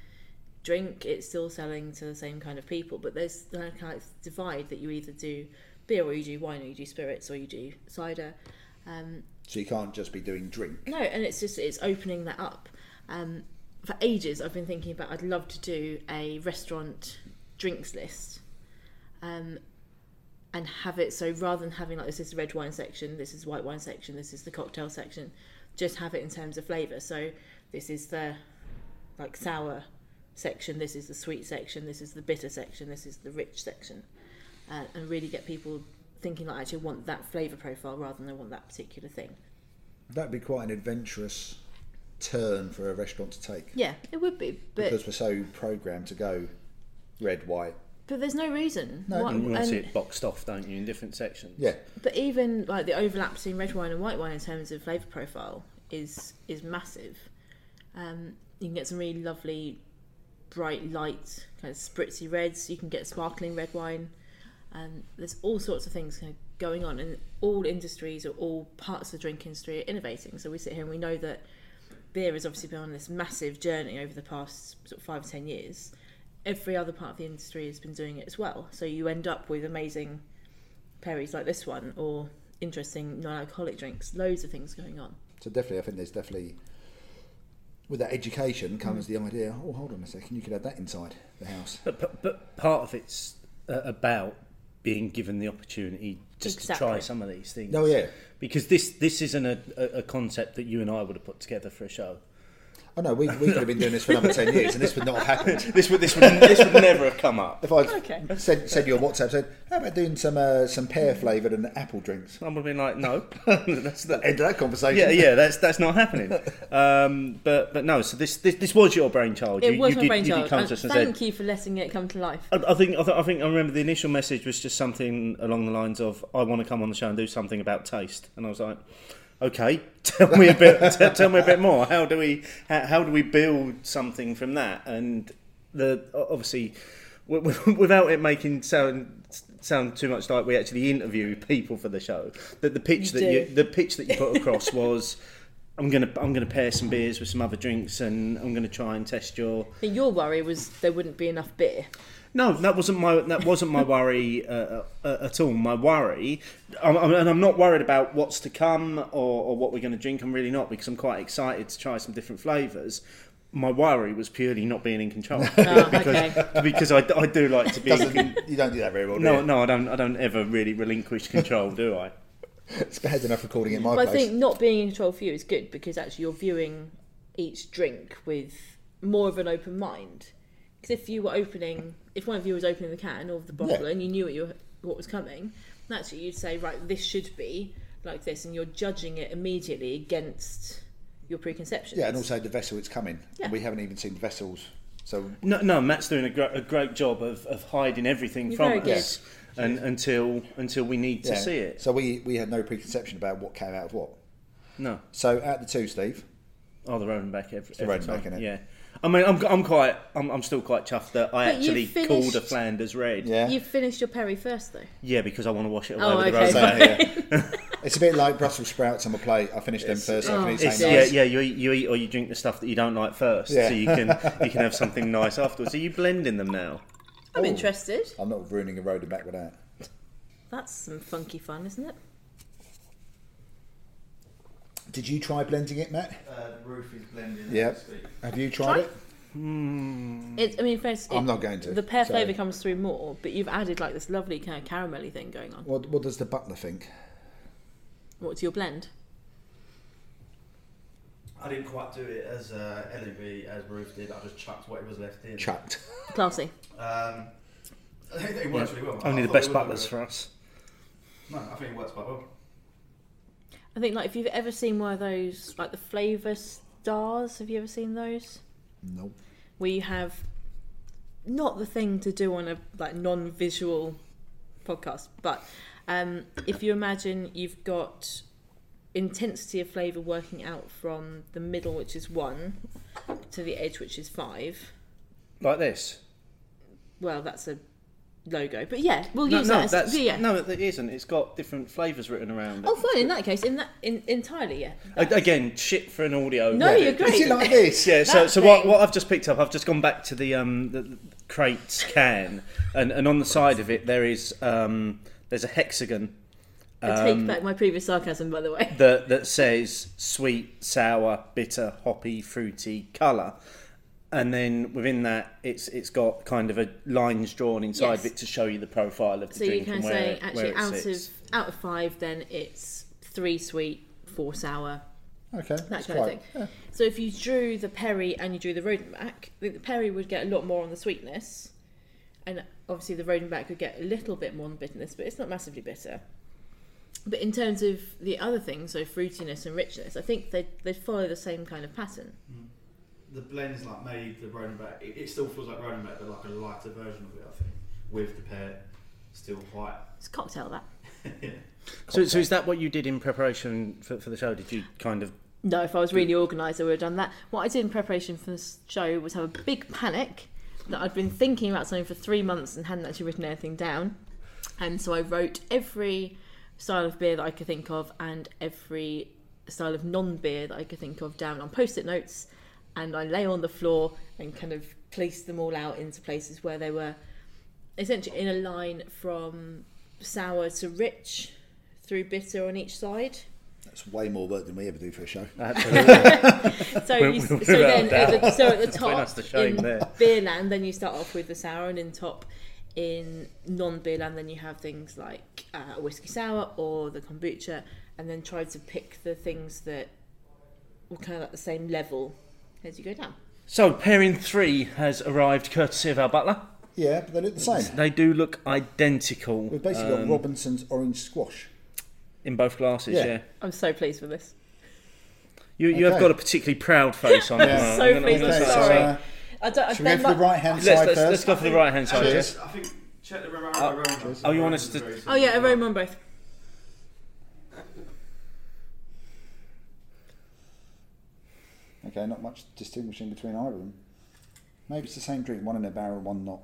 drink, it's still selling to the same kind of people, but there's that kind of divide that you either do beer or you do wine or you do spirits or you do cider. Um,
So you can't just be doing drink.
no, and it's just it's opening that up. Um, for ages, I've been thinking about I'd love to do a restaurant drinks list, um, and have it so rather than having like this is the red wine section, this is white wine section, this is the cocktail section, just have it in terms of flavour. So this is the like sour section, this is the sweet section, this is the bitter section, this is the rich section, uh, and really get people thinking like I actually want that flavour profile rather than I want that particular thing.
That'd be quite an adventurous turn for a restaurant to take
Yeah, it would be, but
because we're so programmed to go red, white.
But there's no reason.
No,
Why-
You want to
and-
see it boxed off, don't you, in different sections?
Yeah,
But even like the overlap between red wine and white wine in terms of flavour profile is is massive. Um, you can get some really lovely, bright, light, kind of spritzy reds. You can get sparkling red wine. Um, there's all sorts of things kind of going on, and all industries or all parts of the drink industry are innovating. So we sit here and we know that beer has obviously been on this massive journey over the past sort of five ten years. Every other part of the industry has been doing it as well. So you end up with amazing perries like this one or interesting non-alcoholic drinks loads of things going on
so definitely, I think there's definitely with that education comes the idea. Oh, hold on a second, you could have that inside the house.
But, but, but part of it's uh, about being given the opportunity just to try
Exactly.
some of these things.
No, Oh, yeah.
Because this this isn't a, a, a concept that you and I would have put together for a show.
Oh no, we, we could have been doing this for another ten years, and [laughs] this would not have happened.
This would this would this would never have come up.
If I
Okay.
said said your WhatsApp said, how about doing some uh, some pear flavored and apple drinks?
I would have been like, no, that's the,
End of that conversation.
yeah, yeah, that's that's not happening. Um, but but no, so this this, this was your brainchild.
it
you,
was
you
my
did, You
brainchild
did come
and
to us and
thank
said,
you for letting it come to life
I I think I, th- I think I remember the initial message was just something along the lines of I want to come on the show and do something about taste, and I was like, okay, [laughs] tell me a bit, [laughs] t- tell me a bit more. How do we how, how do we build something from that? And the obviously w- w- [laughs] without it making sound sound too much like we actually interview people for the show, that the pitch
You
that you,
do.
the pitch that you
[laughs]
put across was. I'm gonna I'm gonna pair some beers with some other drinks, and I'm gonna try and test your
I think your worry was there wouldn't be
[laughs]
enough beer
no, that wasn't my that wasn't my worry uh, uh, at all. My worry, I'm, I'm, and I'm not worried about what's to come or, or what we're going to drink. I'm really not because I'm quite excited to try some different flavors. My worry was purely not being in control
[laughs] Ah,
because [laughs]
okay.
because I, I do like to be.
[laughs] Doesn't, you don't do that very well. do
No,
you?
no, I don't. I don't ever really relinquish control, do I?
It's bad enough recording in my
but I
place.
think not being in control for you is good because actually you're viewing each drink with more of an open mind because if you were opening if one of you was opening the can or the bottle
Yeah.
and you knew what, you were, what was coming then actually you'd say right this should be like this and you're judging it immediately against your preconceptions
yeah, and also the vessel it's coming.
Yeah.
And we haven't even seen the vessels. So
No, no, Matt's doing a, gr- a great job of, of hiding everything
You're
from
very
us, and, until until we need to
yeah.
see it.
So we we had no preconception about what came out of what.
No.
So out of the two, Steve,
Oh, the Roman back every, every
Roman
time.
back, innit?
Yeah. I mean, I'm, I'm quite, I'm, I'm still quite chuffed that I
But
actually
you've finished-
called a Flanders red.
yeah,
You've finished your Perry first, though.
Yeah, because I want to wash it away
Oh,
with the Roman
okay.
Same
[laughs]
back.
here. it's a bit like Brussels sprouts on my plate. I finished them first.
Oh,
I can eat
It's,
something
yeah,
nice.
yeah. You eat, you eat or you drink the stuff that you don't like first,
Yeah.
so you can you can have
[laughs]
something nice afterwards. Are you blending them now?
I'm
Ooh.
interested.
I'm not ruining a road and back with that.
That's some funky fun, isn't it?
Did you try blending it, Matt?
Uh, the roof is blending.
Yep.
As we speak.
Have you tried
Try.
it?
It's, I mean, first,
Mm. I'm not going to.
The pear
so-
flavour comes through more, but you've added like this lovely kind of caramelly thing going on.
What, what does the butler think?
What's your blend?
I didn't quite do it as uh, L&B as Roof did. I just chucked what was left in.
Chucked. [laughs]
Classy.
Um, [laughs] I think it works really well. I
Only the
thought
best
it would
butlers
work.
for us.
No, I think it works quite
I
well.
I think like if you've ever seen one of those like the flavour stars, have you ever seen those?
Nope.
Where you have not the thing to do on a like non-visual podcast, but um, if you imagine you've got intensity of flavour working out from the middle, which is one, to the edge, which is five.
Like this.
Well, that's a logo, but yeah, we'll
No,
use
no,
that.
that's,
As, yeah.
no, it isn't. It's got different flavours written around it.
Oh, fine. In that case, in that in, entirely, yeah.
A- Again, shit for an audio.
No,
Yeah.
you're great.
Is it like [laughs] this?
Yeah, so,
That
so what,
thing.
what I've just picked up, I've just gone back to the, um, the the crates can, and, and on the side of it there is um, there's a hexagon
I
um,
take back my previous sarcasm, by the
[laughs]
way.
that that says sweet, sour, bitter, hoppy, fruity, colour, and then within that it's it's got kind of a lines drawn inside
Yes.
of it to show you the profile of the
So you
drink
can
and where,
say
where
actually
it
out
sits.
of out of five, then it's three sweet, four sour,
Okay.
that
That's
kind of
quite.
thing. So if you drew the Perry and you drew the Rodenbach, the the Perry would get a lot more on the sweetness, and obviously the Rodenbach would get a little bit more on the bitterness, but it's not massively bitter. But in terms of the other things, so fruitiness and richness, I think they they follow the same kind of pattern.
The blend's like made the Ronenbeck. It, it still feels like Ronenbeck, but like a lighter version of it. I think with the pear, still quite.
It's a cocktail that.
yeah.
So, so is that what you did in preparation for, for the show? Did you kind of
No, if I was really organised, I would have done that. What I did in preparation for this show was have a big panic that I'd been thinking about something for three months and hadn't actually written anything down. And so I wrote every style of beer that I could think of and every style of non beer that I could think of down on post it notes. And I lay on the floor and kind of placed them all out into places where they were essentially in a line from sour to rich through bitter on each side.
That's way more work than we ever do for a show.
So, you, so then, at the, so at the top
that's the shame
in
there.
beer land, then you start off with the sour, and in top in non-beer land, then you have things like uh, whiskey sour or the kombucha, and then try to pick the things that were kind of at the same level as you go down.
So, pairing three has arrived courtesy of our butler.
Yeah, but they look the same.
They do look identical.
We've basically
um,
got Robinson's orange squash.
in both glasses. Yeah,
Yeah.
I'm so pleased with this.
you you have
Okay.
got a particularly proud face on.
Yeah.
it.
So pleased with
let's,
that.
let's,
sorry.
uh,
I don't. I,
should we
there
go for the
mu-
right hand side
let's,
first?
let's go for the right hand side.
Cheers.
Yes.
I think check the aroma. aroma.
oh, you want us to-
Very
Oh yeah,
similar.
aroma on both.
Okay, not much distinguishing between either of them. Maybe it's the same drink, one in a barrel, one not.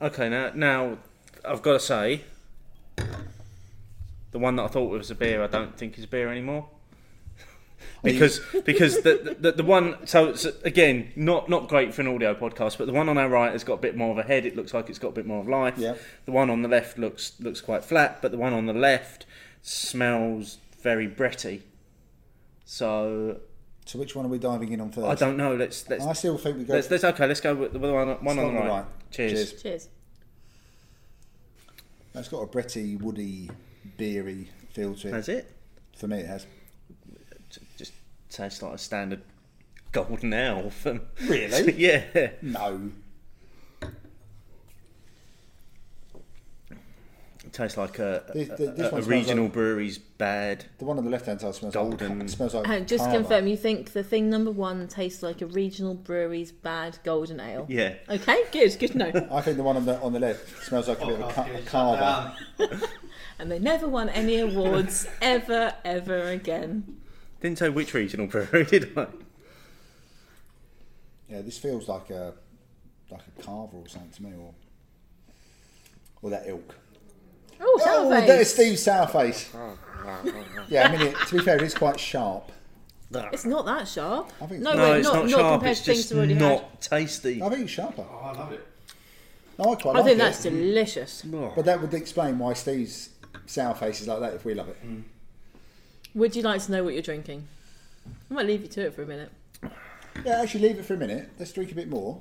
Okay, now now I've got to say, the one that I thought was a beer, I don't think is beer anymore. Because because the, the the one so, so again not not great for an audio podcast, but the one on our right has got a bit more of a head. It looks like it's got a bit more of life.
Yeah.
The one on the left looks looks quite flat, but the one on the left smells very bretty. So
So which one are we diving in on first?
I don't know. Let's let's
I still think we go.
let's, let's okay. Let's go with the one on- one
start
on the right. Cheers.
Cheers.
That's got a bretty, woody, beery feel to it.
That's it.
For me, it has.
T- just tastes like a standard golden [laughs] ale from
Really?
[laughs] yeah
No.
it tastes like a,
This-
a-
this
a-
one
a
smells
regional
like-
brewery's bad
The one on the left hand side smells
Golden.
Like, smells like.
Uh, just
karma.
confirm. You think the thing number one tastes like a regional brewery's bad golden ale?
yeah
Okay, good, good to know.
I think the one on the on the left smells like a bit of a,
Podcast
ca-
gets
a
Oh, shut
carver.
down.
and they never won
[laughs]
any awards ever, ever again.
didn't say which regional [laughs] brewery did i
Yeah, this feels like a like a carver or something to me, or or that ilk.
Oh,
Oh,
Sourface.
there's Steve's sour face.
Oh,
yeah, I mean, it, to be fair, it is quite sharp.
It's not that sharp.
I think
no,
it's-
no
wait,
it's
not,
not,
not
sharp
compared
it's
to things
just
we've already
not
had.
tasty
I think it's sharper.
Oh, I love it.
No, I quite
I
like
think
it.
that's delicious.
But that would explain why Steve's sour face is like that if we love it.
Mm.
Would you like to know what you're drinking? I might leave you to it for a minute.
Yeah, actually, leave it for a minute. Let's drink a bit more.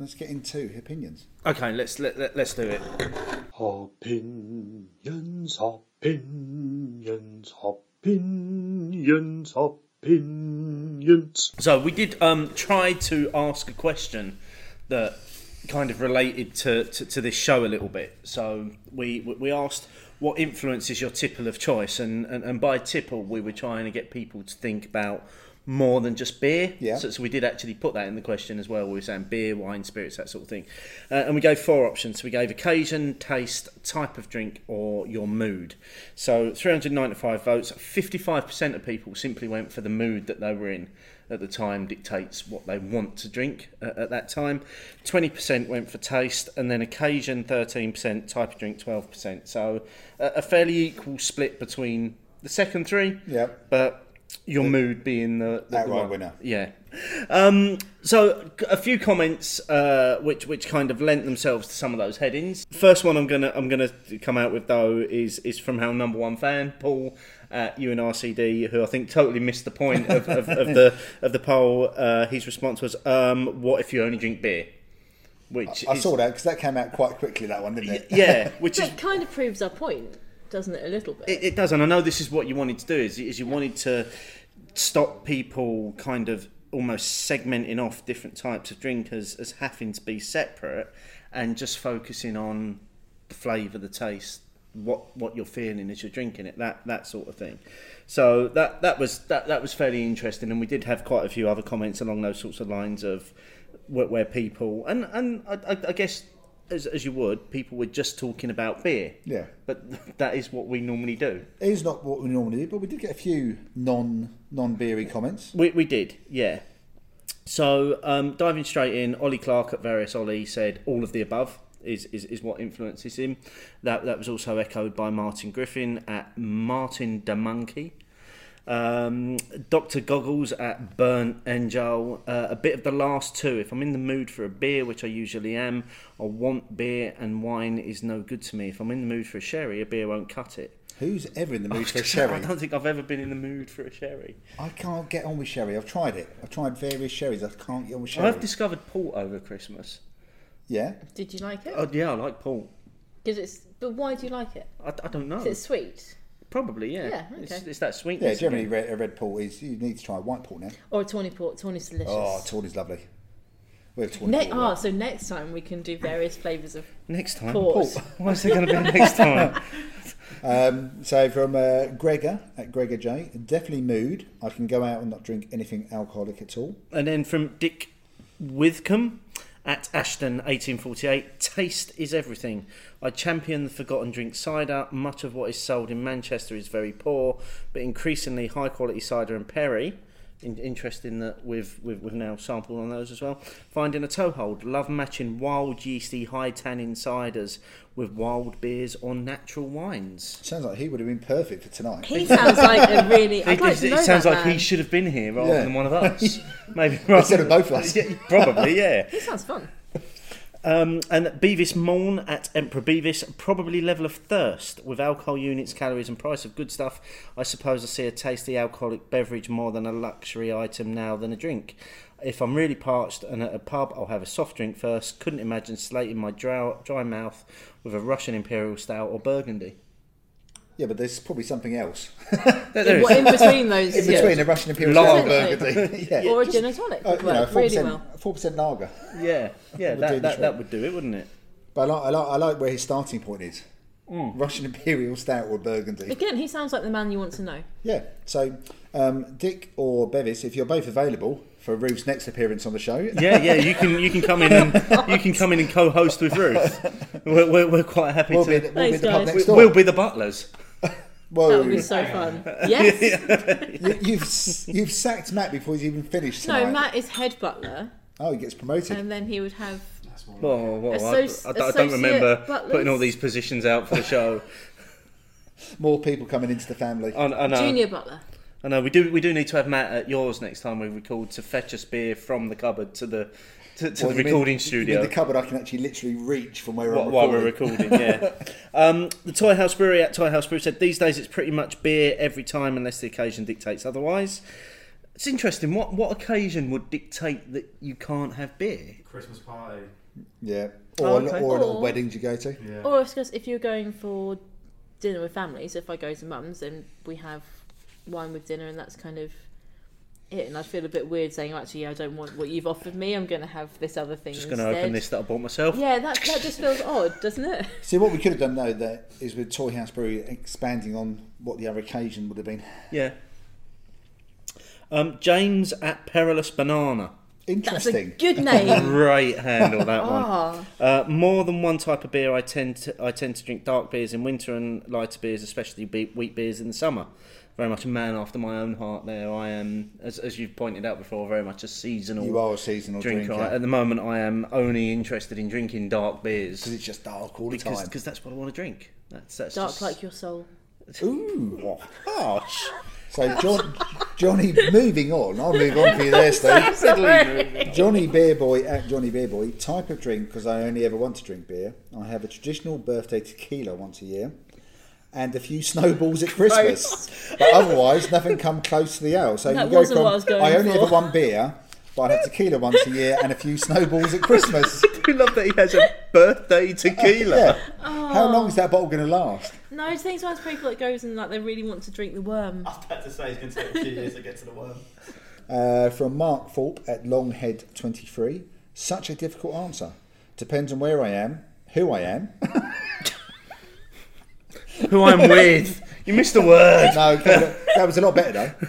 Let's get into opinions.
okay let's let, let, let's do it
Opinions, opinions, opinions, opinions.
so we did um try to ask a question that kind of related to, to, to this show a little bit so we we asked what influences your tipple of choice. And, and, and by tipple, we were trying to get people to think about more than just beer.
Yeah.
So, so we did actually put that in the question as well. We were saying beer, wine, spirits, that sort of thing. Uh, and we gave four options. So we gave occasion, taste, type of drink, or your mood. So 395 votes, 55% of people simply went for the mood that they were in at the time dictates what they want to drink uh, at that time. 20% went for taste, and then occasion 13%, type of drink 12%. So uh, a fairly equal split between the second three.
Yeah.
But your mood being the, the
Outright
the one-
winner.
Yeah. Um, so c- a few comments uh, which which kind of lent themselves to some of those headings. First one I'm gonna I'm gonna come out with though is is from our number one fan Paul at UNRCD, who I think totally missed the point of, of, of
[laughs]
the of the poll. Uh, his response was, um, "What if you only drink beer?" Which
I
is,
saw that because that came out quite quickly. That one didn't it? [laughs]
Yeah, which is
That kind of proves our point, doesn't it? A little bit.
It, it does, and I know this is what you wanted to do. Is, is you wanted to stop people kind of almost segmenting off different types of drinkers as having to be separate, and just focusing on the flavour, the taste, what what you're feeling as you're drinking it, that that sort of thing. So that that was that that was fairly interesting, and we did have quite a few other comments along those sorts of lines of where, where people and and I, I, I guess. As, as you would, people were just talking about beer.
Yeah.
But [laughs] that is what we normally do.
It is not what we normally do, but we did get a few non non beery comments.
We, we did, yeah. So um, diving straight in, Ollie Clark at Various Ollie said all of the above is, is, is what influences him. That that was also echoed by Martin Griffin at Martin the Monkey. Um, Dr. Goggles at Burnt Angel. Uh, a bit of the last two. If I'm in the mood for a beer, which I usually am, I want beer and wine is no good to me. If I'm in the mood for a sherry, a beer won't cut it.
Who's ever in the mood for a
[laughs]
sherry?
I don't think I've ever been in the mood for a sherry.
I can't get on with sherry. I've tried it. I've tried various sherrys. I can't get on with sherry.
I've discovered port over Christmas.
Yeah.
Did you like it?
Oh yeah, I like port.
Because it's. But why do you like it?
I, I don't know.
'Cause it's sweet,
Probably yeah.
Yeah, okay.
It's, it's that
Yeah,
sweetness.
generally red, a red port is. You need to try a white port now.
or a tawny port. Tawny's delicious.
Oh, tawny is lovely. We have tawny.
Ne-
port.
ah, so next time we can do various flavours of
Next time.
port.
[laughs] What's it going to be next time?
Um, so from uh, Gregor at Gregor J, definitely mood. I can go out and not drink anything alcoholic at all.
And then from Dick Withcombe at Ashton, 1848. Taste is everything. I champion the forgotten drink cider. Much of what is sold in Manchester is very poor, but increasingly high quality cider and perry. In- interesting that we've, we've we've now sampled on those as well. Finding a toehold. Love matching wild yeasty high tannin ciders with wild beers or natural wines.
Sounds like he would have been perfect for tonight.
He sounds like a really.
[laughs]
I'd like to
it
know
sounds
that
like
man.
he should have been here rather
Yeah.
than one of
[laughs]
us. Maybe rather
Instead of both of
[laughs]
us.
Yeah, probably, yeah.
He sounds fun.
Um, and Beavis Morn at Emperor Beavis, probably level of thirst. With alcohol units, calories, and price of good stuff, I suppose I see a tasty alcoholic beverage more than a luxury item now than a drink. If I'm really parched and at a pub, I'll have a soft drink first. Couldn't imagine slating my drow- dry mouth with a Russian Imperial Stout or Burgundy.
Yeah, but there's probably something else
There- there
What
is.
in between
[laughs]
those?
in
[laughs] yeah.
between a Russian Imperial
Lager.
Stout and Burgundy. [laughs] yeah.
Or a gin and tonic
Uh,
would
you know,
work
four
really
percent,
well.
four percent lager.
Yeah, yeah,
We'll
that,
do the
that,
shot.
that would do it, wouldn't it?
But I like, I like, I like where his starting point is.
Mm.
Russian Imperial Stout or Burgundy.
Again, he sounds like the man you want to know.
Yeah. So, um, Dick or Bevis, if you're both available for Ruth's next appearance on the show,
Yeah, yeah, you can you can come in and you can come in and co-host with Ruth.
[laughs]
We're, we're, we're quite happy
we'll
to.
be, at the- we'll be at the pub
Thanks, guys.
next
we,
door.
will be the butlers.
That
Whoa.
would be so fun. Yes.
you, you've s- you've sacked Matt before he's even finished tonight.
No, Matt Um, is head butler,
Oh, he gets promoted.
and then he would have.
That's one.
Oh, well,
Associ-
I, I, I don't remember
associate butlers.
putting all these positions out for the
[laughs]
show.
More people coming into the family.
I, I know.
Junior butler.
I know. uh, We do we do need to have Matt at yours next time we record to fetch us beer from the cupboard to the to, to
Well,
the
you mean-
recording
you
studio.
mean the cupboard I can actually literally reach from where
While,
I'm
while
recording.
we're recording,
[laughs]
yeah. um, the Toy House Brewery at Toy House Brew said these days it's pretty much beer every time unless the occasion dictates otherwise. It's interesting. What what occasion would dictate that you can't have beer?
Christmas party.
yeah. Or,
Oh,
a,
okay.
or, a lot
Or-
of weddings you go to.
Yeah.
Or I suppose if you're going for dinner with families, if I go to mum's, then we have wine with dinner, and that's kind of it, and I'd feel a bit weird saying, oh, actually, I don't want what you've offered me. I'm going to have this other thing.
Just
going
going to open this that I bought myself.
Yeah, that that just feels odd, doesn't it?
See, what we could have done though there is with Toy House Brewery expanding on what the other occasion would have been.
Yeah. Um, James at Perilous Banana.
That's a
Interesting.
good
[laughs]
name.
Great handle that
[laughs]
one.
Ah.
Uh, more than one type of beer. I tend to I tend to drink dark beers in winter and lighter beers, especially be- wheat beers in the summer. Very much a man after my own heart. There, I am, as, as you've pointed out before, very much a seasonal
you are a seasonal
drinker.
drinker
At
because
the moment, I am only interested in drinking dark beers
it's just dark all the
because
time.
because that's what I want to drink. That's, that's
Dark
just-
like your soul.
Ooh, harsh. So, John, Johnny, moving on. I'll move on for you there, Steve. Johnny Beerboy at Johnny Beerboy. Type of drink because I only ever want to drink beer. I have a traditional birthday tequila once a year, and a few snowballs at Christmas. but otherwise, nothing come close to the ale. So
That
you go
wasn't
from
what I was going
only
for."
ever want beer, but I have tequila once a year and a few snowballs at Christmas.
I love that he has a birthday tequila.
Yeah. How long is that bottle going to last?
No, I think sometimes people that goes and like they really want to drink the worm.
I've had to say it's going to take a few years to get to the worm.
Uh, from Mark Thorpe at Longhead23. Such a difficult answer. Depends on where I am, who I am. [laughs]
Who
[laughs]
I'm with. You missed the word.
no, that was a lot better though.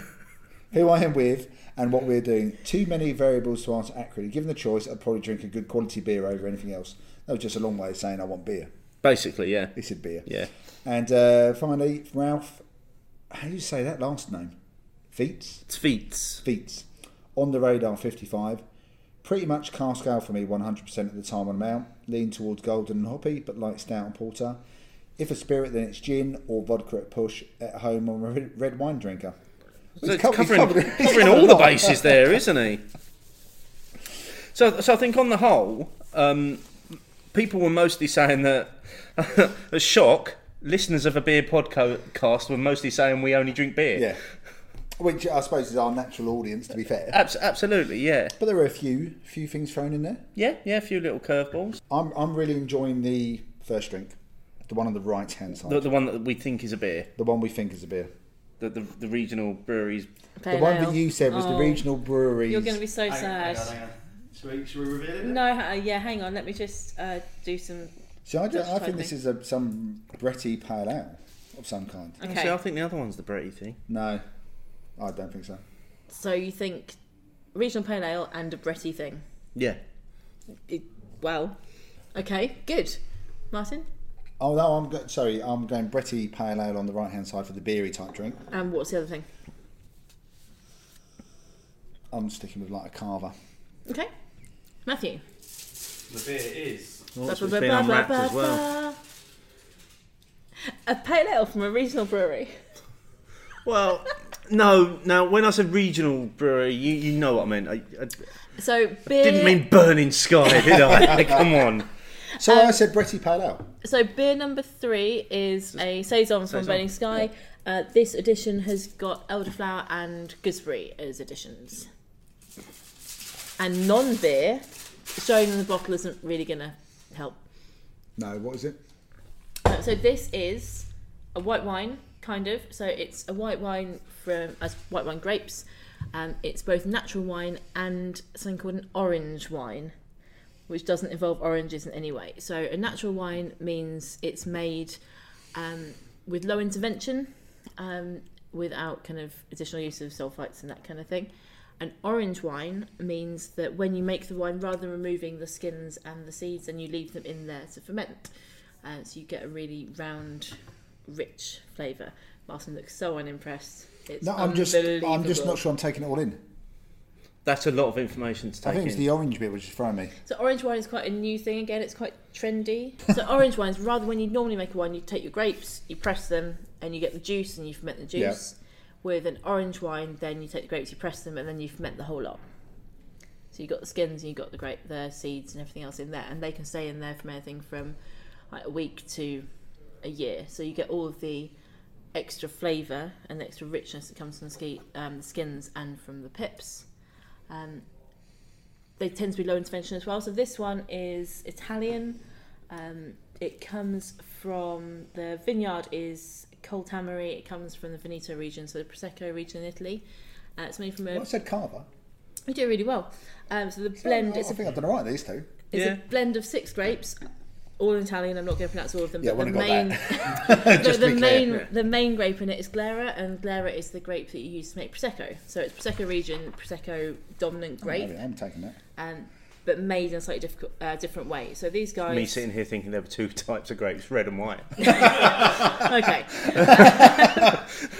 Who I am with and what we're doing. Too many variables to answer accurately. Given the choice, I'd probably drink a good quality beer over anything else. That was just a long way of saying I want beer.
Basically, yeah.
He said beer.
Yeah.
And uh, finally, Ralph, how do you say that last name? Feats?
It's feats.
Feats. On the radar 55. Pretty much car scale for me 100% of the time on amount. Lean towards golden and hoppy, but like stout and porter. If a spirit, then it's gin or vodka at push. At home, I'm a red- red wine drinker.
So it's
co-
covering,
covered-
covering,
he's covered a
all the
lot.
bases there, isn't he? So, so I think on the whole, um, people were mostly saying that [laughs] a shock. Listeners of a beer podcast were mostly saying we only drink beer.
Yeah. Which I suppose is our natural audience, to be fair.
Abs- absolutely, yeah,
But there were a few, few things thrown in there.
yeah, yeah. A few little curveballs.
I'm, I'm really enjoying the first drink, the one on the right hand side,
The,
the,
the one that we think is a beer,
one we think is a beer.
the the, the regional breweries.
The one that you said was the regional breweries.
Oh, You're going to be so
Hang on, hang
sad.
on, hang on. Should we, should we reveal it?
No, ha- yeah, hang on. Let me just uh, do some.
See, I, don't,
That's
I think this
typing.
is a, some Bretty pale ale of some kind.
Okay.
Actually, I think the other one's the Bretty thing.
No, I don't think so.
So you think regional pale ale and a Bretty thing?
Yeah.
It, well, okay, good. Martin,
Oh no, I'm go- sorry. I'm going Bretty pale ale on the right hand side for the beery type drink.
and what's the other thing?
I'm sticking with like a carver.
Okay, Matthew.
The beer is.
Lots
Blah,
was
blah,
being
blah, blah,
unwrapped
blah,
as well.
blah. A pale ale from a regional brewery.
Well, no. Now, when I said regional brewery, you, you know what I meant. I, I
So beer.
didn't mean burning sky, did I? [laughs] Come on.
So
Um,
I said Bretty pale ale.
So beer number three is a saison from
Saison.
Burning Sky. Uh, this edition has got elderflower and gooseberry as additions. And non-beer, showing on the bottle isn't really going to help.
No, what is it?
Uh, so this is a white wine, kind of. So it's a white wine from as white wine grapes. Um, it's both natural wine and something called an orange wine, which doesn't involve oranges in any way. So a natural wine means it's made um, with low intervention, um, without kind of additional use of sulfites and that kind of thing. An orange wine means that when you make the wine, rather than removing the skins and the seeds, and you leave them in there to ferment, uh, so you get a really round, rich flavour. Martin looks so unimpressed. It's
No, I'm just. I'm just
unbelievable.
not sure. I'm taking it all in.
That's a lot of information to
I
take
think it's
in.
the orange beer which is throwing me.
So orange wine is quite a new thing again. It's quite trendy. So orange wines, rather when you normally make a wine, you take your grapes, you press them, and you get the juice, and you ferment the
Yeah.
juice. With an orange wine, then you take the grapes, you press them, and then you ferment the whole lot. So you've got the skins, and you've got the grape, the seeds, and everything else in there, and they can stay in there from anything from like a week to a year. So you get all of the extra flavour and the extra richness that comes from the, ski, um, the skins and from the pips. Um, they tend to be low intervention as well. So this one is Italian. Um, it comes from the vineyard is Coltamari. It comes from the Veneto region, so the Prosecco region in Italy, Uh, it's made from a.
Well, I said carver.
We do really well. Um, so the blend,
I
it's, a,
think I've done all right these two.
it's
Yeah.
a blend of six grapes, all in Italian. I'm not going to pronounce all of them,
Yeah,
but the
wouldn't have
main,
got
[laughs] the,
[laughs] Just
the
be clear.
main, the main grape in it is Glera, and Glera is the grape that you use to make prosecco. So it's prosecco region, prosecco dominant grape,
Maybe I'm taking that.
um, but made in a slightly difficult, uh, different way. So these guys,
Me sitting here thinking there were two [laughs] types of grapes, red and white.
[laughs]
[laughs]
okay.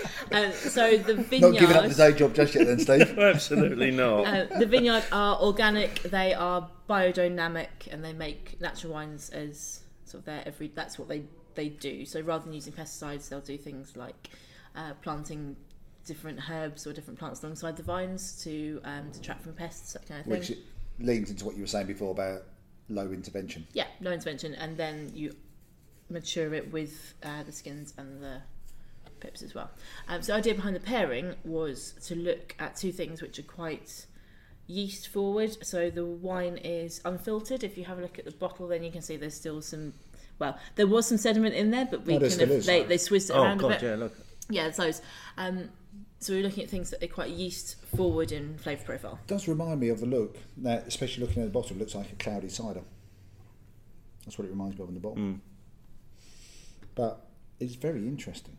[laughs] um, so the vineyard,
Not giving up the day job just yet, then,
[laughs]
[laughs]
Steve.
Absolutely not.
Uh, the vineyard are organic. They are biodynamic, and they make natural wines as sort of their every. That's what they they do. So rather than using pesticides, they'll do things like uh, planting different herbs or different plants alongside the vines to um, detract from pests, that kind of thing.
Which leans into what you were saying before about low intervention.
yeah, no intervention, and then you mature it with uh, the skins and the pips as well. Um, so the idea behind the pairing was to look at two things which are quite yeast forward. So the wine is unfiltered. If you have a look at the bottle, then you can see there's still some. Well, there was some sediment in there, but we
No, there
kind
Oh, still
of
is.
they, they swizzed it
Oh
around a
god,
bit.
yeah, look.
Yeah, it's those. Um, so we we're looking at things that are quite yeast forward in flavour profile.
does remind me of the look, now, especially looking at the bottle, it looks like a cloudy cider. That's what it reminds me of in the bottle. But it's very interesting.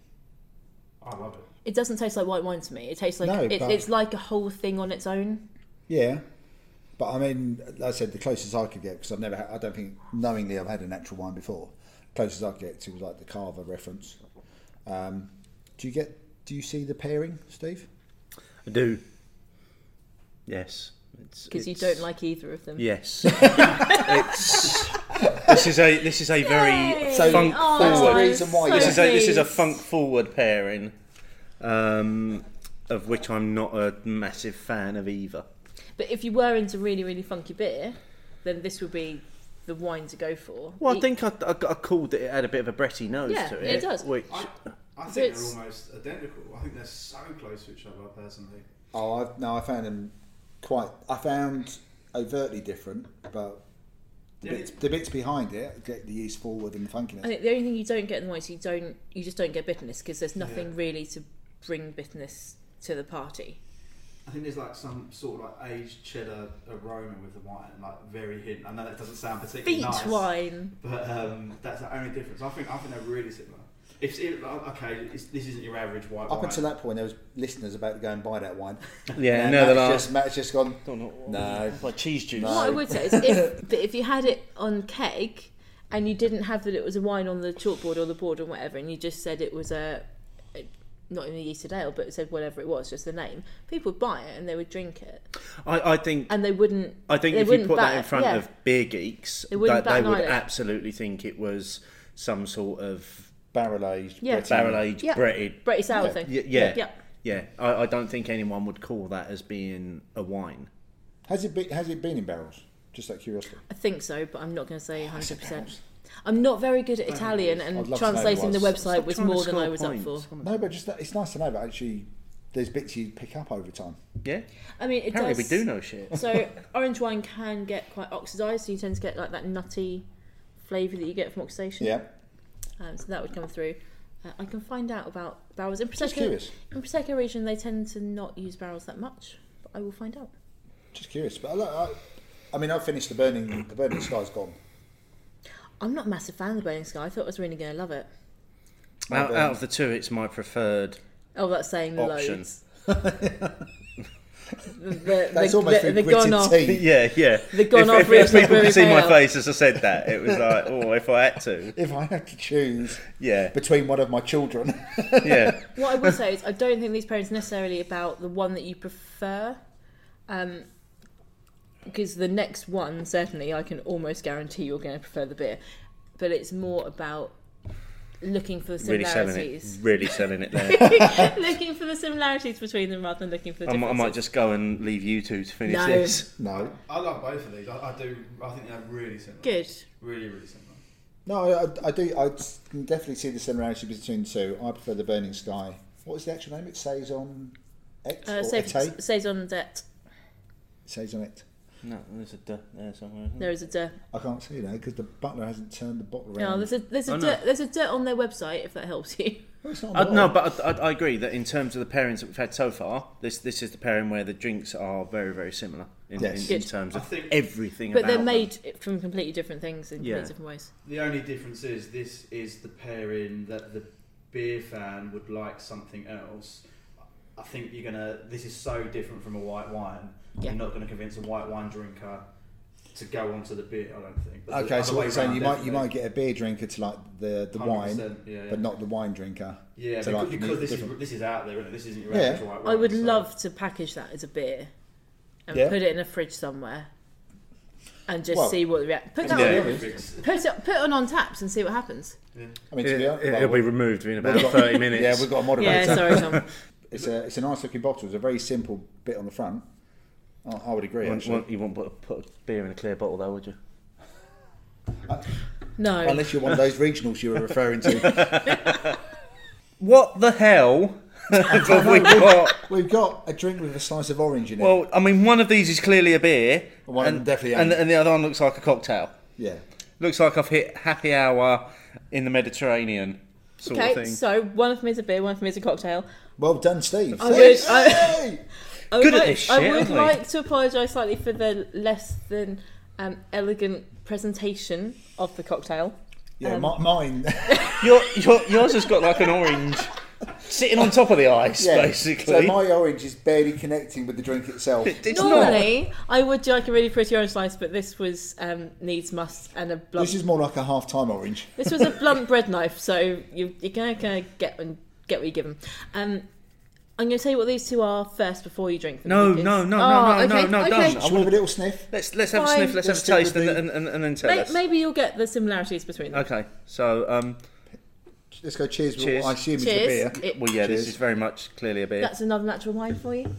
I love it.
It doesn't taste like white wine to me. It tastes like
No,
it,
but-
it's like a whole thing on its own.
Yeah, but I mean, like I said, the closest I could get because I've never, had, I don't think knowingly I've had an actual wine before. Closest I could get to was like the Carver reference. Um, do you get? Do you see the pairing, Steve?
I do. Yes.
because you don't like either of them. [laughs]
Yes. it's, this is a this is a very
So-
funk
Oh,
that's the
forward.
reason why.
so
you
This is a this is a
pleased.
funk forward pairing, um, of which I'm not a massive fan of either.
But if you were into really really funky beer, then this would be the wine to go for.
Well, I
E-
think I, I, I called it. It had a bit of a bretty nose
Yeah,
to
it
it.
does.
Which
I, I
So
think
it's-
they're almost identical. I think they're so close to each other personally.
Oh, I've, no, I found them quite. I found overtly different, but the,
Yeah,
bits,
it-
the bits behind it get the yeast forward and the funkiness.
I think the only thing you don't get in the wine is you don't you just don't get bitterness because there's nothing really to bring bitterness to the party.
I think there's like some sort of like aged cheddar aroma with the wine, like very hidden. I know that doesn't sound particularly
Beet
nice,
wine.
but um, that's the only difference. I think I think they're really similar. It's it, okay. It's, this isn't your average white
Up
wine.
until that point, there was listeners about to go and buy that wine.
[laughs] yeah,
And
no, the
Matt's
last
just, Matt's just gone. No,
like cheese juice.
What I would say is, if, [laughs] but if you had it on keg and you didn't have that it was a wine on the chalkboard or the board or whatever, and you just said it was a, a not even a yeasted ale, but it said whatever it was, just the name, people would buy it and they would drink it.
I, I think
and they wouldn't.
I think
they
if you
wouldn't
put that
bat-
in front
yeah.
of beer geeks, they,
They wouldn't bat
they
an
would
eyelid.
absolutely think it was some sort of
barrel aged.
Yeah.
Brett-
barrel aged
Yeah.
bretted.
British sour
Yeah.
thing,
Y- yeah,
Yeah.
yeah. I, I don't think anyone would call that as being a wine.
Has it been? Has it been in barrels? Just out of curiosity.
I think so, but I'm not going to say 100. percent I'm not very good at Italian,
I'd
and
love to know
translating the
what it was.
website was more than I was up for.
No, but just that, it's nice to know that actually there's bits you pick up over time.
Yeah,
I mean, it
apparently
does.
we do know shit.
[laughs] so orange wine can get quite oxidized, so you tend to get like that nutty flavour that you get from oxidation.
Yeah,
Um, so that would come through. Uh, I can find out about barrels in
just
Prosecco.
curious,
In Prosecco region, they tend to not use barrels that much, but I will find out.
just curious. But I, like- I, I mean, I finished the burning. The burning sky's gone.
I'm not a massive fan of the Burning Sky. I thought I was really going to love it.
out, out of the two, it's my preferred. [laughs]
Oh, that's saying
Option.
[laughs] loads. the, the,
That's
the-
almost
the,
the
gone off.
tea.
[laughs] Yeah, yeah.
The gone off
if, if,
ribs
if
and
people
brewery
could see my
ale.
face as I said that, it was like, oh, if I had to,
If I had to choose
[laughs]
yeah,
between one of my children, [laughs]
yeah.
What I would say is, I don't think these pairings are necessarily about the one that you prefer, um, because the next one certainly I can almost guarantee you're going to prefer the beer, but it's more about looking for the
Really selling it.
similarities.
Really selling it there. [laughs]
[laughs] looking for the similarities between them rather than looking for the
I, might, I
differences.
might just go and leave you two to finish
[laughs]
No.
this.
no,
I love both of these. I, I do. I think they're really similar.
Good.
Really, really similar.
no, I, I do. I can definitely see the similarity between the two. I prefer the burning sky. What is the actual name? It says on X
Uh,
or Ete?
saison debt.
Saison Ete.
No, there's a duh there somewhere. isn't
There is a dirt.
I can't see that because the butler hasn't turned the bottle
No,
around.
there's a there's
I
a
know.
dirt, there's a dirt on their website if that helps you.
Well, it's not on
Uh,
the
no,
bottle.
but I, I, I agree that in terms of the pairings that we've had so far, this this is the pairing where the drinks are very very similar in,
Yes.
in, in
Good.
terms
I
of
think-
everything.
But
about
they're
them.
made from completely different things in
Yeah.
completely different ways.
The only difference is this is the pairing that the beer fan would like something else. I think you're gonna. This is so different from a white wine.
Yeah.
You're not gonna convince a white wine drinker to go onto the beer. I don't think. But the
Okay,
other
so what
way
you're saying
round,
you might you
definitely.
might get a beer drinker to like the the wine,
100%, yeah, yeah.
but not the wine drinker.
Yeah,
to
because,
like
because
the
this
different-
is this is out there, isn't it? This isn't your
Yeah.
average white wine.
I would
so-
love to package that as a beer and
Yeah.
put it in a fridge somewhere and just
Well-
see what the reaction. Put that
Yeah.
on, put it put it on taps and see what happens.
I mean, to
It,
be honest,
will
well,
be removed in about
got-
thirty minutes.
[laughs] yeah, we've got a
[laughs]
moderator.
Yeah, sorry, Tom.
It's a it's a nice looking bottle. It's a very simple bit on the front. I, I would agree.
You won't-
actually.
won't- you won't put a, put a beer in a clear bottle, though, would you?
No,
Unless you're one of those regionals you were referring to.
[laughs] What the hell [laughs] have we got?
We've got a drink with a slice of orange in it.
Well, I mean, one of these is clearly a beer,
One
Mm,
and,
definitely
and,
ain't.
and the other one looks like a cocktail.
yeah.
Looks like I've hit happy hour in the Mediterranean sort of
okay.
thing.
So one of them is a beer, one of them is a cocktail.
Well done, Steve.
I would- I-
Hey!
I would
Good at
like,
this
I
shit,
would
aren't we?
like to apologise slightly for the less than um, elegant presentation of the cocktail.
yeah, mi-
[laughs]
mine.
Your, your, yours has got like an orange sitting on top of the ice,
Yeah.
basically.
So my orange is barely connecting with the drink
[laughs]
itself.
it's
Normally, I would do like a really pretty orange slice, but this was um, needs must and a blunt
This is more like a half time orange.
This was a blunt bread knife, so you, you're gonna, gonna get and get what you give them. Um, I'm gonna tell you what these two are first before you drink them.
No,
because-
no, no,
Oh,
no, no,
okay,
no, no,
okay.
don't.
Should we have a little sniff?
Let's let's have a
Fine.
sniff, let's
Let's
have a
stick
taste,
with
and,
the-
and, and, and then tell
May-
us.
Maybe you'll get the similarities between them.
Okay, so um,
Let's go cheers. with
Cheers.
What I assume is the
Cheers.
beer.
It-
well, yeah,
Cheers.
this is very much clearly a beer. That's
that's another natural wine for you.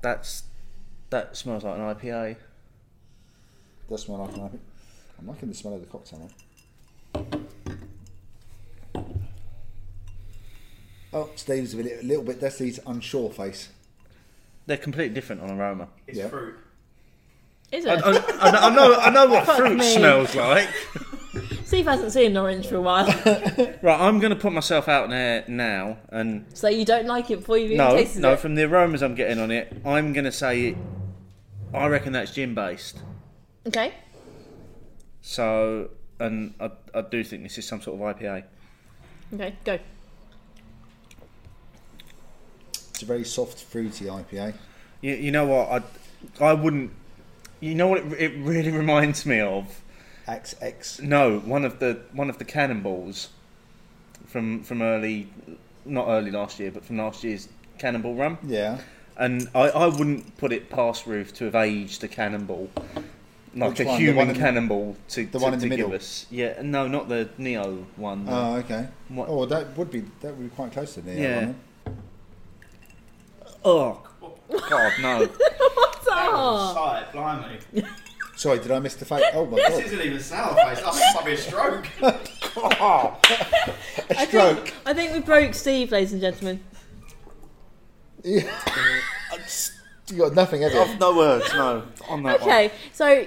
that smells like an IPA.
That's one I can have. I'm liking the smell of the cocktail. man. Oh, Steve's a little, little bit. That's his unsure face.
They're completely different on aroma.
It's
Yeah.
fruit.
Is
I,
it?
I, [laughs] I know- I know I know what
Fuck
fruit
me.
smells like.
[laughs] Steve hasn't seen an orange for a while, [laughs]
Right, I'm going to put myself out there now, and
so you don't like it before you've even
no,
tasted
no,
it.
from the aromas I'm getting on it, I'm going to say it. I reckon that's gin based.
Okay.
So, and I, I do think this is some sort of IPA.
Okay. Go.
It's a very soft, fruity IPA.
You, you know what? I, I wouldn't. You know what? It, it really [laughs] reminds me of
Axe
Mm.
X.
no one of the one of the cannonballs from from early, not early last year, but from last year's cannonball run.
Yeah.
And I, I wouldn't put it past Roof to have aged a cannonball, like
Which
a
one? The one
human
in the-
cannonball to
the
to,
one in
to
the
give
middle?
us. Yeah, no, not the Neo one. no.
Oh, okay.
What-
Oh, that would be that would be quite close to the other
Yeah.
one.
oh God, [laughs] no.
Oh,
Sight, blimey.
Sorry, did I miss the face? Oh my
This
god!
isn't even sour face. I think it might be a stroke.
A
I
stroke.
think, I think we broke Steve, ladies and gentlemen.
You got nothing, have you?
no words, no. On that
Okay,
[laughs]
one.
so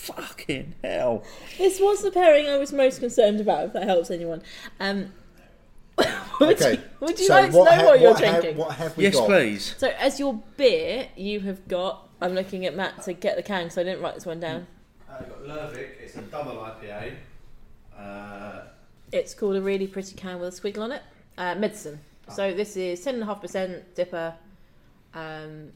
Fucking hell.
This was the pairing I was most concerned about, if that helps anyone. Um, [laughs] would
Okay.
you, would you
so
like to know
what ha-
what you're
what ha-
drinking?
what have we
Yes,
got?
please.
So, as your beer, you have got. I'm looking at Matt to get the can because I didn't write this one down.
[laughs] Uh, you've got Lervik. It's a double IPA. Uh,
It's called a really pretty can with a squiggle on it. Uh, medicine. So this is ten and a half percent dipper. Um,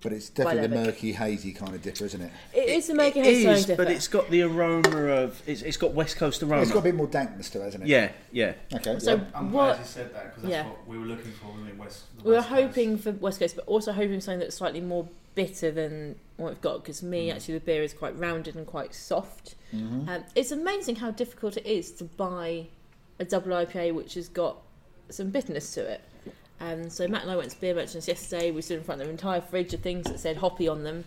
But it's definitely the
Bilevic.
murky, hazy kind of dipper, isn't it?
it is a mega
It
head
is,
stone dipper.
but it's got the aroma of. It's, it's got West Coast aroma.
It's got a bit more dankness to it, hasn't it?
yeah, yeah.
Okay.
Oh, so
yeah.
I'm
what
glad you said that because that's
yeah.
what we were looking for when we West. the
we were
West Coast.
hoping for West Coast, but also hoping for something that's slightly more bitter than what we've got. Because me, actually, the beer is quite rounded and quite soft. Um, it's amazing how difficult it is to buy a double IPA which has got some bitterness to it. Um, so Matt and I went to beer merchants yesterday. We stood in front of an entire fridge of things that said hoppy on them,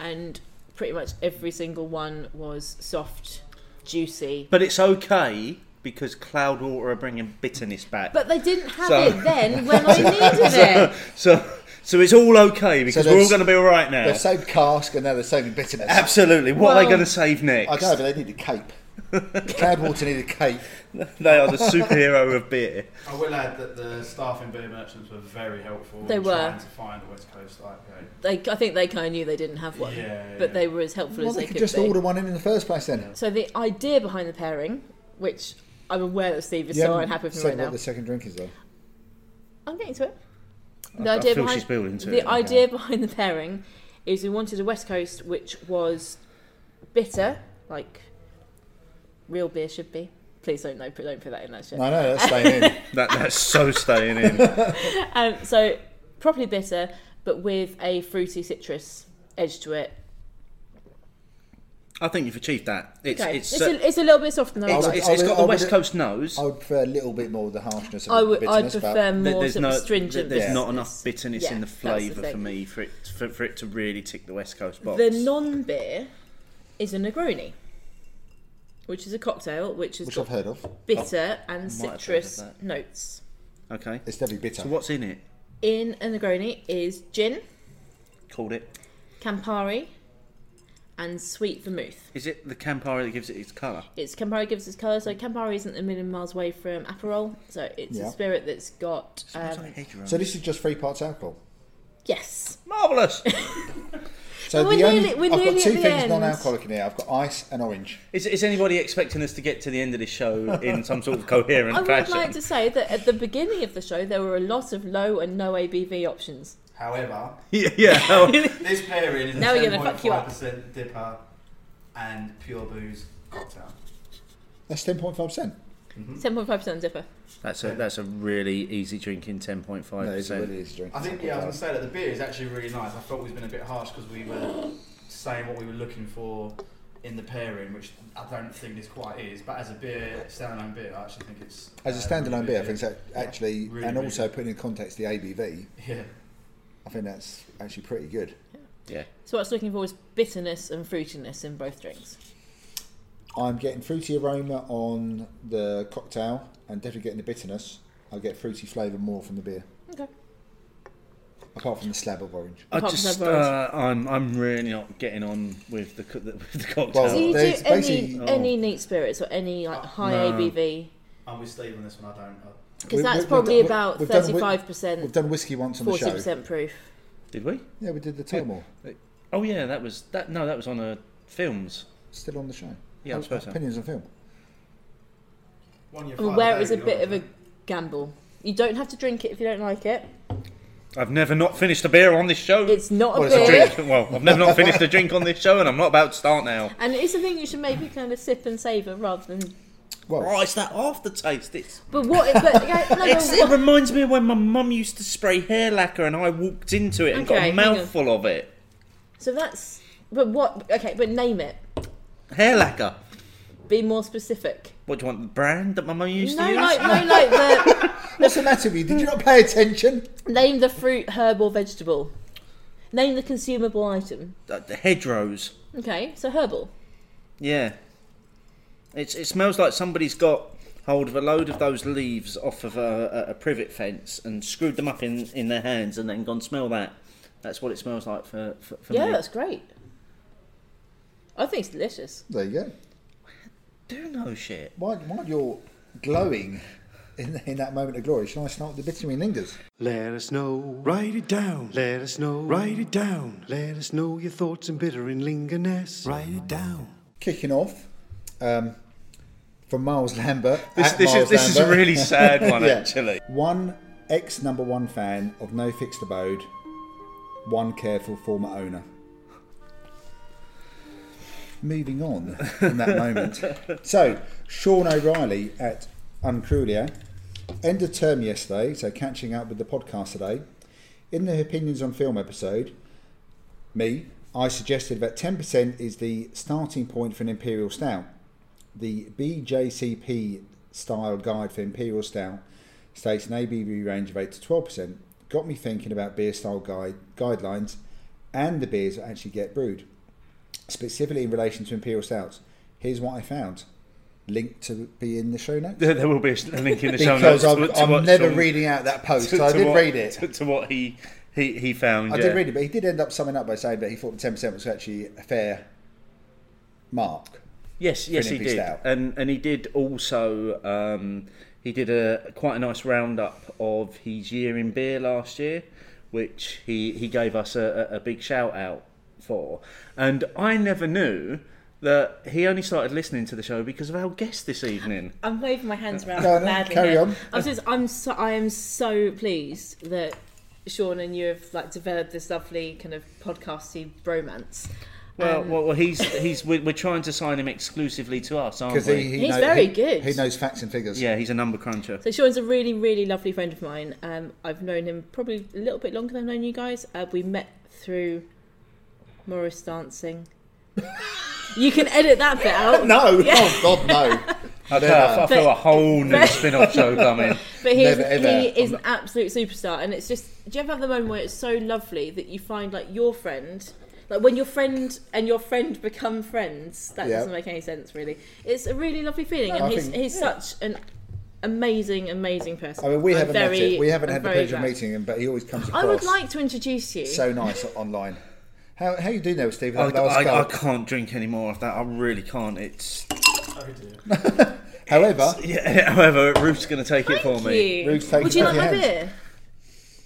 and pretty much every single one was soft, juicy.
But it's okay because Cloudwater are bringing bitterness back.
But they didn't have
So-
it then when I needed it.
so, So it's all okay because
So
we're all
there's-
going to be all right now.
They're saving cask and now they're saving bitterness.
Absolutely. What are they
Well-
going to save next?
I know, but they need a cape. Cloudwater need a
[laughs]
cape.
They are the superhero of beer.
I will add that the staff in Beer Merchants were very helpful.
They
in
were.
trying to find the West Coast IPA.
They, I think they kind of knew they didn't have one,
Yeah,
but
yeah.
they were as helpful
Well,
as
they
they,
could
could
just
be.
order one in in the first place then.
So the idea behind the pairing, which I'm aware that Steve is
You
so
haven't
unhappy with me
said
right
what
now.
the second drink is though.
I'm getting to it. The
I
idea
feel
behind
she's building to
the
it.
idea behind the pairing is we wanted a West Coast which was bitter, like real beer should be. Please don't no, don't put that in that shit.
I know that's staying
[laughs]
in.
That, that's so staying [laughs] in.
Um, so properly bitter, but with a fruity citrus edge to it.
I think you've achieved that. It's
Okay,
it's
it's,
uh,
a, it's a little bit softer than I
it's,
like.
it's,
I
it's
would-
got
I
the
would-
West Coast nose.
I would prefer a little bit more of the harshness of
I
the
would I'd
bitterness,
prefer
but
more
There's
sort of
no
stringent.
there's not
bitterness.
enough bitterness
Yeah,
in the
that's
flavour
thing.
for me for it for, for it to really tick the West Coast box.
The non-beer is a Negroni, which is a cocktail which has
which
got
I've heard of.
bitter
might
and
have heard of
citrus
that.
notes.
okay.
It's definitely bitter.
So what's in it?
In a Negroni is gin,
Called it.
Campari, and sweet vermouth.
Is it the Campari that gives it its colour?
It's Campari gives us colour, so Campari isn't a million miles away from Aperol, so it's
Yeah.
a spirit that's got
It's
um,
like hedgerow.
So this is just three parts alcohol.
yes.
Marvellous.
So
We're
the only,
nearly- we're
I've
nearly
got two
at the
things
end.
non-alcoholic in here. I've got ice and orange.
Is, is anybody expecting us to get to the end of this show in some
[laughs]
sort of coherent
I would
fashion?
like to say that at the beginning of the show there were a lot of low and no ABV options.
However,
yeah, [laughs] yeah.
this pairing is
Now we're
a
gonna fuck you up.
10.5% dipper and pure booze cocktail.
That's ten point five percent.
Ten point five percent dipper.
that's a that's a really easy drinking ten point five
No, it's a
percent.
really easy drink.
I think, yeah, I was going to say that the beer is actually really nice. I thought we've been a bit harsh because we were saying what we were looking for in the pairing, which I don't think this quite is. But as a beer, standalone beer, I actually think it's.
As a
uh, really
standalone beer, I think
good.
it's actually,
Really,
and
really
also
good.
putting in context the ABV,
Yeah.
I think that's actually pretty good.
Yeah.
So what I was looking for was bitterness and fruitiness in both drinks.
I'm getting fruity aroma on the cocktail and definitely getting the bitterness. I get fruity flavour more from the beer,
Okay.
apart from the slab of orange.
I
Apart from
just,
Pepperoni.
uh, I'm, I'm really not getting on with the, co- [laughs] the, with the cocktail.
Well,
Do you
Oh,
do
There's
any
basically- Oh. Uh,
any neat spirits or any like high ABV?
I'm with Steve on this one. I don't. uh, I,
Because
We-
that's
we- we've
probably
done-
about
we've done wi-
thirty-five
We've
percent,
done whiskey once on the
forty
show.
percent proof.
Did we?
Yeah, we did the Timor.
Oh yeah, that was that. No, that was on a films.
Still on the show.
Yeah, I
Our-
suppose
our
so.
Opinions on film.
one year
And
five
where
day,
it was a
you
bit
know,
of a gamble. You don't have to drink it if you don't like it.
I've never not finished a beer on this show.
It's not a
Well, it's a
beer,
Drink- well, I've never not finished a drink on this show, and I'm not about to start now.
and it's a thing you should maybe kind of sip and savor rather than.
Well,
Oh, it's that aftertaste. It's,
But what? But, [laughs] yeah, no, but
it's it
what-
reminds me of when my mum used to spray hair lacquer, and I walked into it and
Okay,
got a
hang on.
mouthful of it.
so that's. But what? Okay, but name it.
Hair lacquer.
Be more specific.
What do you want? The brand that my mum used
No,
to use?
like no, like the
what's the matter with you? Did you not pay attention?
name the fruit, herb, or vegetable. Name the consumable item.
Uh, the hedgerows.
Okay, so herbal.
Yeah. It's, it smells like somebody's got hold of a load of those leaves off of a, a, a privet fence and screwed them up in, in their hands and then gone, smell that. That's what it smells like for, for, for
Yeah,
me.
that's great. I think it's delicious.
There you go.
Do no shit.
While, while you're glowing in, in that moment of glory, shall I start with the bittering lingers?
Let us know. Write it down. Let us know. Write it down. Let us know your thoughts and bitter in lingerness. Write it down.
Kicking off um, from Miles Lambert.
This,
at
this, is,
Miles
this is a
Lambert.
really sad one,
[laughs] Yeah.
actually.
One ex number one fan of No Fixed Abode, one careful former owner. Moving on from
[laughs]
that moment. So, Sean O'Reilly at Uncrulio. End of term yesterday, so catching up with the podcast today. In the Opinions on Film episode, me, I suggested that 10% is the starting point for an Imperial Stout. The BJCP style guide for Imperial Stout states an ABV range of 8 to 12%. Got me thinking about beer style guide, guidelines and the beers that actually get brewed, specifically in relation to Imperial Stouts. Here's what I found. Link to be in the show notes.
There, there will be a s- a link in the show
Because
notes
I'm,
to- to
I'm
what
never
Sean-
reading out that
[laughs]
post,
to-
so I
to
did
what-
read it.
To, to what he, He he found.
I
yeah.
did read it, but he did end up summing up by saying that he thought the ten percent was actually a fair mark.
Yes, yes, he
Philippi
did,
Stout.
and and he did also. Um, he did a quite a nice roundup of his year in beer last year, which he he gave us a, a a big shout out for. And I never knew that he only started listening to the show because of our guest this evening.
I'm waving my hands around
No, no,
madly.
carry
here.
on.
I'm just, I'm so, I am so pleased that Sean and you have like developed this lovely kind of podcasty bromance.
Well,
Um,
well, well, he's he's we're, we're trying to sign him exclusively to us, aren't
Because
we?
he, he
He's
know-
very
he-
good.
He knows facts and figures.
yeah, he's a number cruncher.
So Sean's a really, really lovely friend of mine. Um, I've known him probably a little bit longer than I've known you guys. Uh, we met through Morris dancing.
[laughs]
you can edit that bit out.
No, oh
[laughs]
God, no.
Okay, Uh, I, I feel
Uh, But-
a whole new spin-off show coming.
[laughs] But he
Never,
is,
ever.
he is
I'm
an absolute superstar, and it's just. Do you ever have the moment where it's so lovely that you find like your friend, like when your friend and your friend become friends? That
Yeah.
doesn't make any sense, really. It's a really lovely feeling,
I
and he's
think-
he's such an amazing, amazing person.
I mean, we
I'm
haven't
very,
met it. We haven't
I'm
had the
very
pleasure of
glad.
meeting him, but he always comes across
I would like to introduce you.
so nice online. How how you doing there, Steve?
I,
That last
I, I
goal?
can't drink any more of that. I really can't. It's
However,
[laughs] yeah. However, Ruth's going to take it for
Thank
me.
you.
Ruth's taking
Would you
both
like my
your hands.
beer?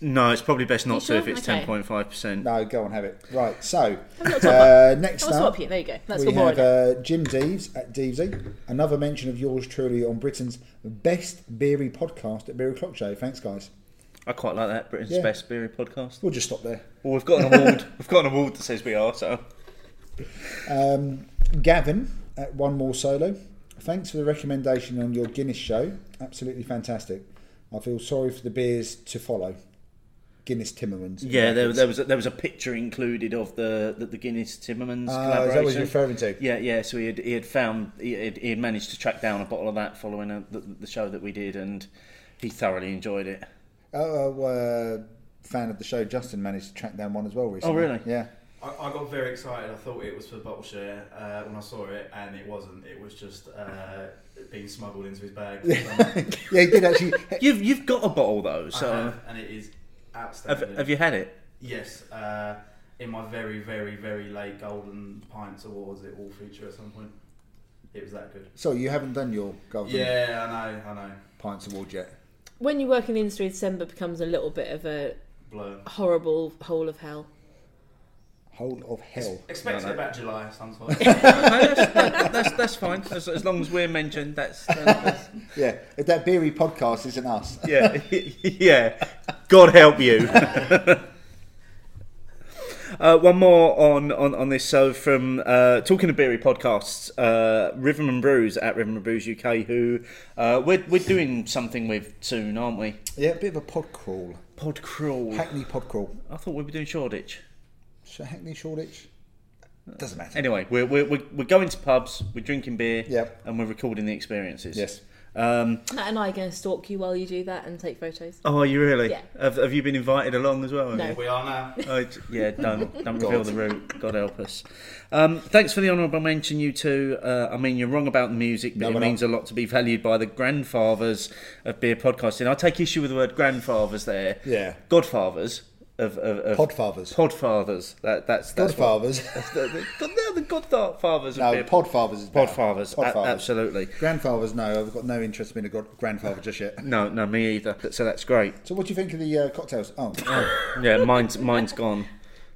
No, it's probably best not
You
to
sure?
if it's
Okay.
ten point five percent.
no, go on, have it. Right, so
Have a little
uh, next
I'll swap
up.
you. There you go. That's
we
got more
have
in it.
uh, Jim Deves at Devesy. Another mention of yours truly on Britain's best beery podcast at Beer O'Clock Show. Thanks, guys.
I quite like that Britain's
Yeah.
best beery podcast.
We'll just stop there.
Well, we've got an award. [laughs] we've got an award that says we are. So
Um, Gavin at One More Solo. Thanks for the recommendation on your Guinness show. Absolutely fantastic. I feel sorry for the beers to follow. Guinness Timmermans. Uh,
yeah, there, there was a, there was a picture included of the the, the Guinness Timmermans
Ah, is that
collaboration.
what you're referring to?
Yeah, yeah. So he had he had found he had, he had managed to track down a bottle of that following a, the, the show that we did, and he thoroughly enjoyed it.
Oh, uh, fan of the show, Justin managed to track down one as well recently.
Oh, really?
Yeah.
I, I got very excited. I thought it was for bottle share uh, when I saw it, and it wasn't. It was just uh, being smuggled into his bag.
[laughs] Yeah, he did actually. [laughs]
You've you've got a bottle though, so.
I have, Uh, and it is
Have,
outstanding.
have you had it?
Yes, uh, in my very, very, very late Golden Pints Awards, it will feature at some point. It was that good.
so you haven't done your Golden
Yeah, I know, I know.
Pints Award yet.
When you work in the industry, December becomes a little bit of a
Blur.
horrible hole of hell.
Whole of hell.
Expect
No, no.
it about July sometime.
No, that's, that, that's that's fine. As, as long as we're mentioned, that's, that's
[laughs] Yeah, if that beery podcast isn't us.
yeah, [laughs] yeah. God help you. Uh, one more on, on, on this. So, from uh, Talking of Beery podcasts, uh, Rhythm and Brews at Rhythm and Brews UK, who uh, we're, we're doing something with soon, aren't we?
[laughs] Yeah, a bit of a pod crawl.
Pod crawl.
Hackney pod crawl.
I thought we were doing Shoreditch.
So Hackney Shoreditch? Doesn't matter.
Anyway, we're, we're, we're we're going to pubs, we're drinking beer,
Yep.
and we're recording the experiences.
Yes.
Um,
Matt and I are going to stalk you while you do that and take photos.
oh, are you really?
Yeah.
Have, have you been invited along as well? have
No.
you?
we are now.
Oh, d- yeah, don't
[laughs]
don't reveal the route. God help us. Um, thanks for the honourable mention, you two. Uh, I mean, you're wrong about the music, but
No,
it
we're
means a lot to be valued by the grandfathers of beer podcasting. I take issue with the word grandfathers there.
Yeah.
Godfathers of, of, of
Podfathers.
Podfathers. That that's that's what-
Godfathers. [laughs]
the, the, they're the godfathers of
no,
beer.
podfathers is better.
podfathers. A- absolutely.
Grandfathers, no. I've got no interest in being a god- grandfather just yet.
No, no, me either. So that's great.
So what do you think of the uh, cocktails? [laughs] Oh, oh,
Yeah, mine's mine's gone.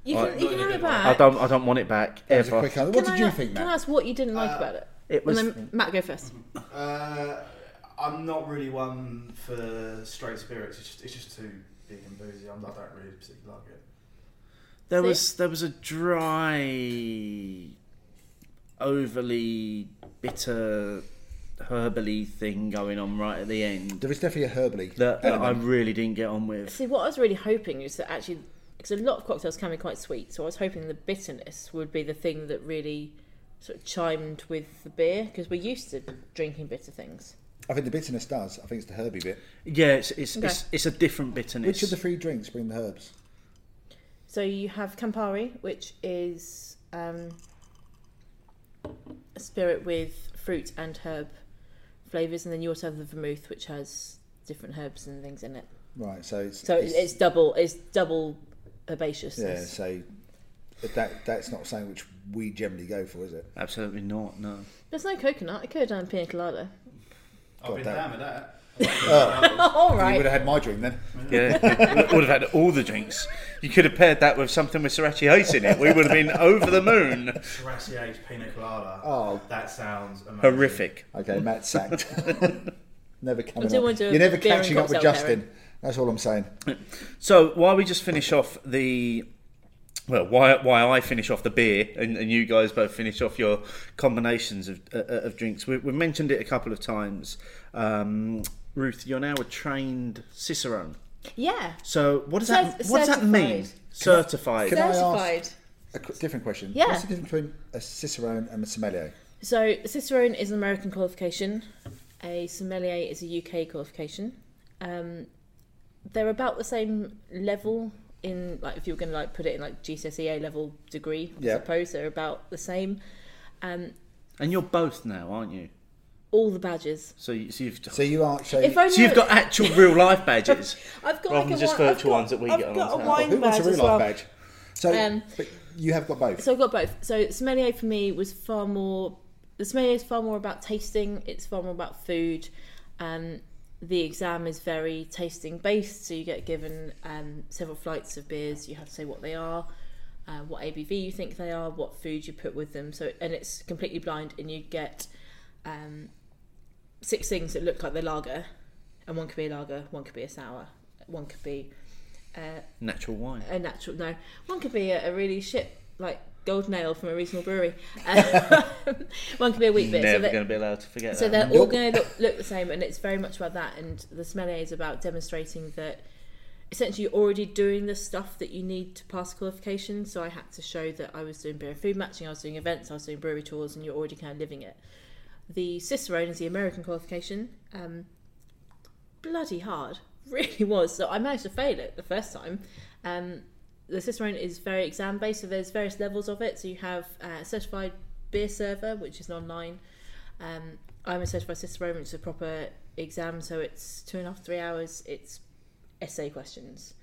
You can, you can have it
I
back.
don't I don't want it back
there's a
ever.
quick answer. What
Can
did
I-
you think,
Can
Matt?
I
Uh, Mm-hmm.
ask what you didn't like about it?
it was-
And then Matt, go first.
Uh, I'm not really one for straight spirits. It's just, it's just too big and boozy. I'm, I don't really particularly like it.
There
See?
was there was a dry, overly bitter, herbally thing going on right at the end
There is definitely a herbally.
that, that I
element.
really didn't get on with.
See, what I was really hoping is that actually, because a lot of cocktails can be quite sweet, so I was hoping the bitterness would be the thing that really sort of chimed with the beer, because we're used to drinking bitter things.
I think the bitterness does. I think it's the herby bit.
Yeah, it's it's,
Okay.
it's, it's a different bitterness.
Which of the three drinks bring the herbs?
So you have Campari, which is um, a spirit with fruit and herb flavours, and then you also have the vermouth, which has different herbs and things in it.
Right, so it's
So it's, it's double, it's double
Yeah,
herbaceousness.
so but that that's not something which we generally go for, is it?
Absolutely not. No.
There's no coconut. It could have done pina colada.
I've been
damn.
down with that.
[laughs] All
You
right.
would have had my drink then.
Yeah, [laughs] would have had all the drinks. You could have paired that with something with sriracha ice in it. We would have been over the moon.
Terrassier pina colada.
Oh.
That sounds amazing.
Horrific.
Okay, Matt sacked. [laughs] never coming.
do
up.
want to do a
You're never
beer and
catching up with
cocktail
Justin. That's all I'm saying.
So while we just finish off the, well, why why I finish off the beer and, and you guys both finish off your combinations of uh, of drinks. We, we've mentioned it a couple of times. Um, Ruth, you're now a trained cicerone.
Yeah.
So what does that
Cert-
what does that mean? Certified.
Can I ask-
Certified.
A qu- different question.
Yeah.
What's the difference between a cicerone and a sommelier?
So Cicerone is an American qualification. A sommelier is a UK qualification. Um, they're about the same level in like if you were going to like put it in like GCSE E A level degree. I
Yeah.
suppose they're about the same. Um,
And you're both now, aren't you?
all the badges.
So, you, so you've
So you aren't. So,
If only
so you've got actual real life
[laughs]
badges.
I've got
rather
like
than
a
just
wine, I've
virtual
got-
ones that we
I've
get on
got
our
a
tab.
wine
who wants
badge
a real
as
life
well.
badge? So
Um,
but you have got both.
So I've got both. So sommelier for me was far more. The sommelier is far more about tasting. It's far more about food. Um, the exam is very tasting based. So you get given um, several flights of beers. You have to say what they are, uh, what ABV you think they are, what food you put with them. So and it's completely blind, and you get um, six things that look like they're lager, and one could be a lager, one could be a sour, one could be
Natural wine.
a natural no one could be a, a really shit like golden ale from a reasonable brewery Um, [laughs] one could be a wheat beer
Never
so, they,
going to be allowed to forget
so
that.
they're all going to look, look the same and it's very much about that and the sommelier is about demonstrating that essentially you're already doing the stuff that you need to pass qualification so i had to show that i was doing beer and food matching i was doing events i was doing brewery tours and you're already kind of living it the cicerone is the american qualification um, bloody hard [laughs] really was so i managed to fail it the first time um, the Cicerone is very exam based, so there's various levels of it. So you have uh, certified beer server, which is an online. Um, I'm a certified Cicerone, which is a proper exam, so it's two and a half, three hours. It's essay questions.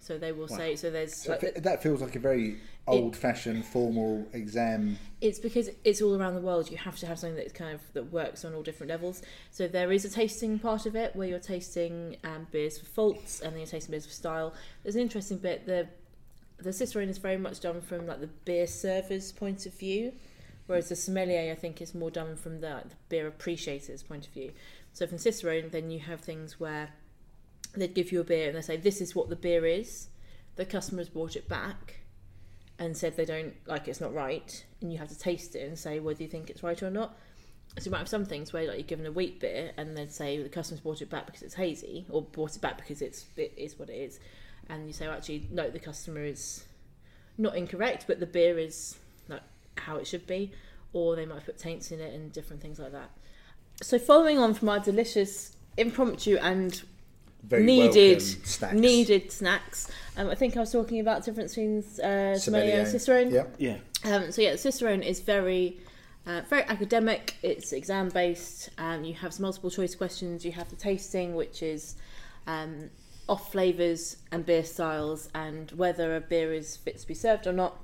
So they will say, so there's like,
Th- that feels like a very old-fashioned formal exam.
it's because it's all around the world. You have to have something that's kind of that works on all different levels. So there is a tasting part of it where you're tasting um, beers for faults and then you're tasting beers for style. There's an interesting bit. The the cicerone is very much done from like the beer server's point of view, whereas the sommelier I think is more done from the, the beer appreciator's point of view. So from cicerone, then you have things where they'd give you a beer and they say this is what the beer is. The customer's brought it back and said they don't like it's not right, and you have to taste it and say whether you think it's right or not. So you might have some things where like you're given a wheat beer and then say the customer's bought it back because it's hazy or bought it back because it's it is what it is, and you say well, actually no the customer is not incorrect but the beer is like how it should be, or they might have put taints in it and different things like that. So following on from our delicious impromptu and
Very
needed
welcome snacks.
needed snacks. Um, I think I was talking about the difference between uh, sommelier
Sommelier.
and cicerone.
Yep.
Yeah.
Um, so yeah, Cicerone is very, uh, very academic. It's exam based. Um, you have some multiple choice questions. You have the tasting, which is um, off flavors and beer styles, and whether a beer is fit to be served or not.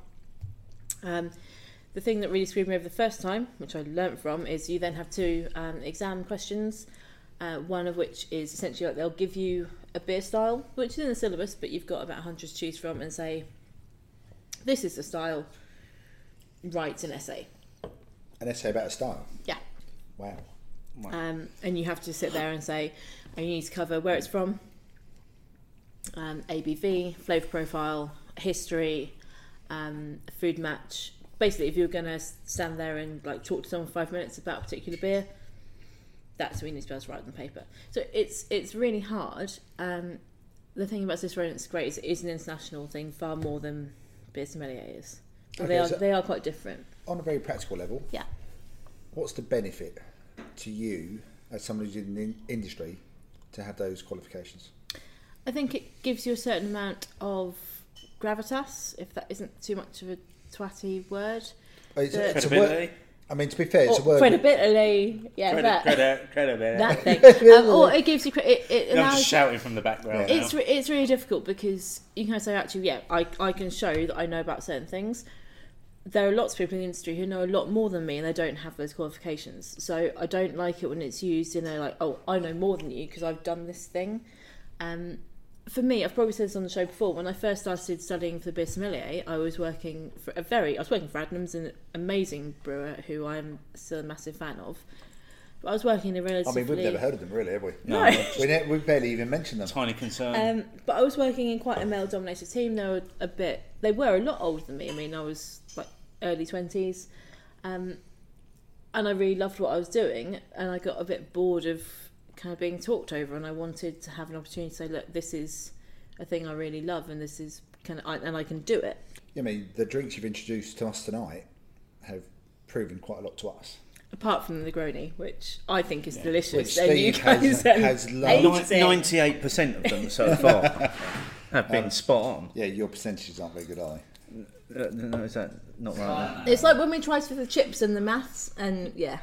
Um, the thing that really screwed me over the first time, which I learnt from, is you then have two um, exam questions. Uh, one of which is essentially like they'll give you a beer style, which is in the syllabus, but you've got about 100 to choose from, and say, This is the style, write an essay.
An essay about a style.
Yeah.
Wow.
Um, and you have to sit there and say, and you need to cover where it's from, um, ABV, flavour profile, history, um, food match. Basically, if you're going to stand there and like talk to someone for five minutes about a particular beer, that's what you need to be able to write on the paper. So it's it's really hard. Um, the thing about Cicerone that's great is it is an international thing far more than beer sommelier is. But they
Okay,
are
so-
they are quite different.
On a very practical level,
Yeah.
what's the benefit to you as someone who's in the in- industry to have those qualifications?
I think it gives you a certain amount of gravitas, if that isn't too much of a twatty word.
Uh, It's, it's a word,
Credibility.
I mean, to be fair, it's
Or
a word.
credibility. Yeah,
Credit,
that.
credit, credit.
[laughs]
That thing. um, or it gives you. cre- It, it
I'm
allows.
just shouting from the background.
it's
now.
re- it's really difficult because you can say actually yeah I, I can show that I know about certain things. There are lots of people in the industry who know a lot more than me and they don't have those qualifications. So I don't like it when it's used and they're like oh I know more than you because I've done this thing. Um, for me, I've probably said this on the show before. When I first started studying for the beer sommelier, I was working for a very I was working for Adnams, an amazing brewer who I'm still a massive fan of. But I was working in a
I
relatively
mean, we've never heard of them, really, have we?
No.
we, ne- we barely even mentioned them.
tiny concern.
Um, but I was working in quite a male dominated team. They were a bit, they were a lot older than me. I mean, I was like early 20s. Um, and I really loved what I was doing. And I got a bit bored of kind of being talked over. And I wanted to have an opportunity to say, look, this is a thing I really love. And this is kind of, I, and I can do it.
I mean, the drinks you've introduced to us tonight have proven quite a lot to us.
Apart from the Negroni, which I think is delicious.
Which
Then you
Steve has-
[laughs] guys um,
has
hate
loved.
it.
Ninety-eight percent of them so far [laughs] have been spot on.
Yeah, your percentages aren't very good, are they?
Uh, no, is that not right?
It's like when we tried for the chips and the maths. And yeah,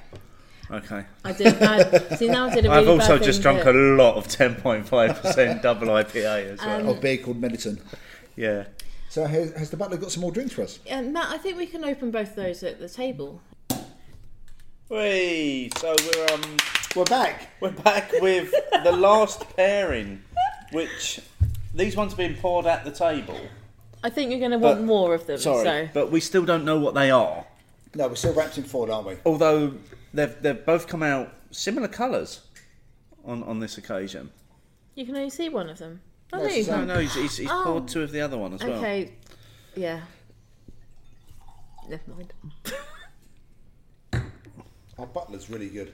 Then? Okay.
I did. I, see, now I did a really
I've also
bad
just
thing
drunk
that-
a lot of ten point five [laughs] percent double IPA as well.
Or beer called Mediton.
yeah.
So has, has the butler got some more drinks for us?
Um, Matt, I think we can open both those at the table.
Hey, so we're um
We're back.
we're back with the last pairing, which these ones have been poured at the table.
I think you're going to want
But-
more of them.
Sorry,
So.
but we still don't know what they are.
No, we're still wrapped in Ford, aren't we?
Although they've they've both come out similar colours on on this occasion.
You can only see one of them. Oh,
No,
there you
it's the
go.
No, no, he's, he's, he's
Oh.
poured two of the other one as well.
Okay. Yeah. Never mind.
Our butler's really good.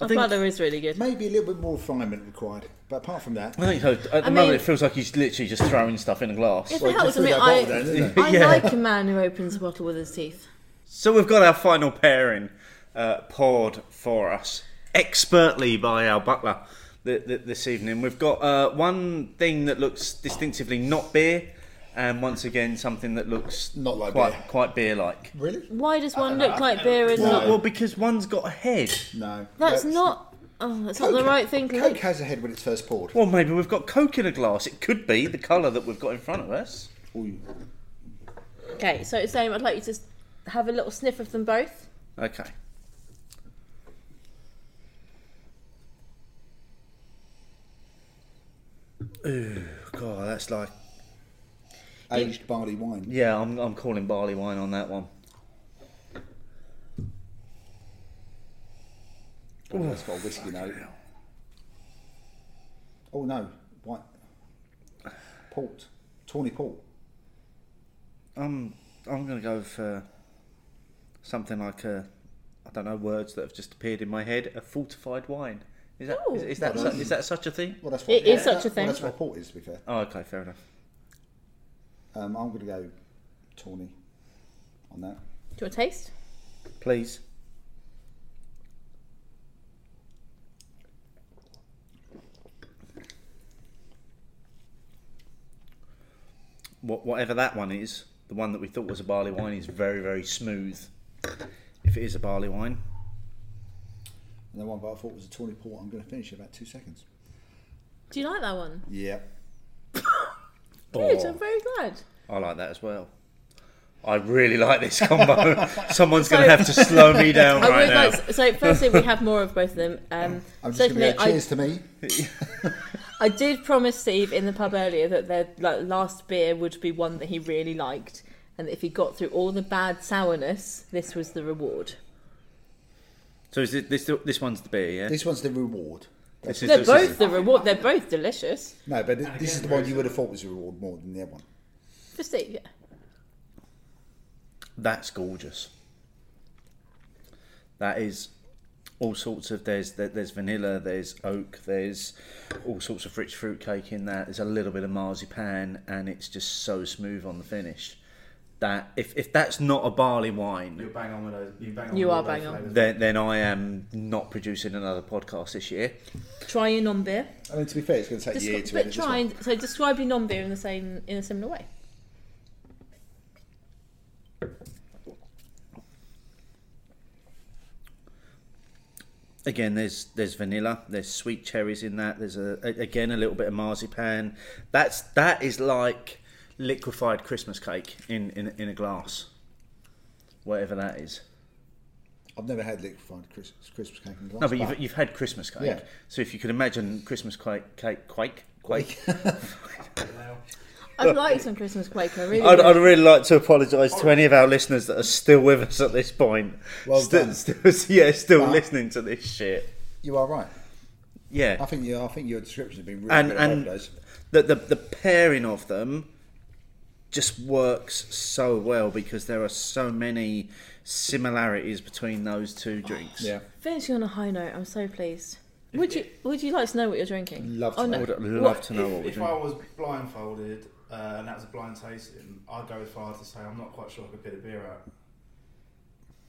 My
think-
brother is really good.
Maybe a little bit more refinement required, but apart from that,
I think so. At the
mean-
moment, it feels like he's literally just throwing stuff in a glass.
If
Well,
it
just
helps, I
through
mean,
that
I,
bottle then, isn't it?
[laughs] I
Yeah.
like a man who opens a bottle with his teeth.
So we've got our final pairing uh, poured for us expertly by our butler th- th- this evening. We've got uh, one thing that looks distinctively not beer, and once again something that looks
Not like
quite
beer.
quite beer like.
really?
Why does one look like beer and
No.
not?
Uh, Well, because one's got a head.
No,
That's not. Oh, that's not the right thing to
Coke
look.
has a head when it's first poured.
Well, maybe we've got Coke in a glass. It could be the colour that we've got in front of us.
Ooh.
Okay, so it's saying I'd like you to s- have a little sniff of them both.
Okay. Ooh, God, that's like
Aged barley wine.
Yeah, I'm, I'm calling barley wine on that one.
Oh, that's got a whiskey note. Oh no, white port, tawny port.
I'm Um, I'm gonna go for something like a I don't know words that have just appeared in my head. A fortified wine. Is that is, is that
Ooh.
su- is that such a thing?
Well, that's what
It is
that-
such a thing.
Well, that's what port is. To be fair,
Oh, okay, fair enough.
um, I'm going to go tawny on that.
Do you want a taste?
Please. What, whatever that one is, the one that we thought was a barley wine is very, very smooth. If it is a barley wine,
And the one that I thought was a tawny port, I'm going to finish in about two seconds.
Do you like that one?
Yeah.
Good.
Oh.
I'm very glad.
I like that as well. I really like this combo.
[laughs]
Someone's going to have to slow me down
I
right
would
now.
like to- so firstly we have more of both
[laughs]
of them. Um,
I'm just
secondly,
going to go,
I,
cheers to me.
I did promise Steve in the pub earlier that their like, last beer would be one that he really liked, and that if he got through all the bad sourness, this was the reward.
So is it, this this one's the beer, yeah?
This one's the reward.
This
They're
is
both the reward. They're both delicious
No, but th- this is the one you would have thought was a reward more than the other one.
for Steve. Yeah.
That's gorgeous. That is all sorts of there's there- there's vanilla, there's oak, there's all sorts of rich fruit cake in that. There's a little bit of marzipan, and it's just so smooth on the finish. That if if that's not a barley wine,
You're bang on with those. You bang on.
You
with
are
all those
bang on.
flavours.
then then I am not producing another podcast this year.
Try your non-beer.
I mean, to be fair, it's going to take a year
Descri-
to edit
but
this
try
one.
and, so describe your non-beer in the same in a similar way.
Again, there's there's vanilla, there's sweet cherries in that. There's a, a- again a little bit of marzipan. That's that is like liquefied Christmas cake in in, in a glass, whatever that is.
I've never had liquefied Christmas, Christmas cake in glass.
No, but you've, you've had Christmas cake,
Yeah.
so if you could imagine Christmas cake, cake quake quake.
I'd like some Christmas quake. I really.
[laughs] I'd,
would.
I'd really like to apologise to any of our listeners that are still with us at this point.
Well
still,
done.
still- [laughs] yeah, still
Well-
listening to this shit.
you are right. I
Yeah,
think you, I think your description has been really
and
good
and the, the the pairing of them just works so well because there are so many similarities between those two drinks.
yeah.
Finishing on a high note. I'm so pleased. Would you Would you like to know what you're drinking?
Love to
Oh,
know.
I would love
What-
to know
if,
what we're
if I
drinking.
was blindfolded uh, and that was a blind tasting, I'd go as far as to say I'm not quite sure I could bid a beer out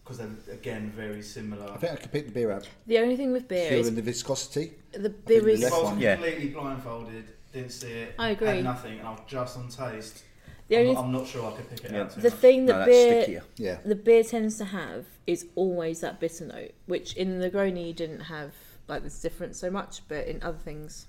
because they're again very similar.
I think I could pick the beer out.
The only thing with beer
Pure
is
in the viscosity.
the beer is.
if I was
Left one.
Yeah.
completely blindfolded, didn't see it,
I agree.
had nothing, and I was just on taste,
The
I'm
only
not, I'm not sure I could pick it
Yeah.
out. Too
the
much.
thing
No,
that
that's
beer
stickier.
Yeah.
the beer tends to have is always that bitter note, which in Negroni you didn't have like this difference so much, but in other things.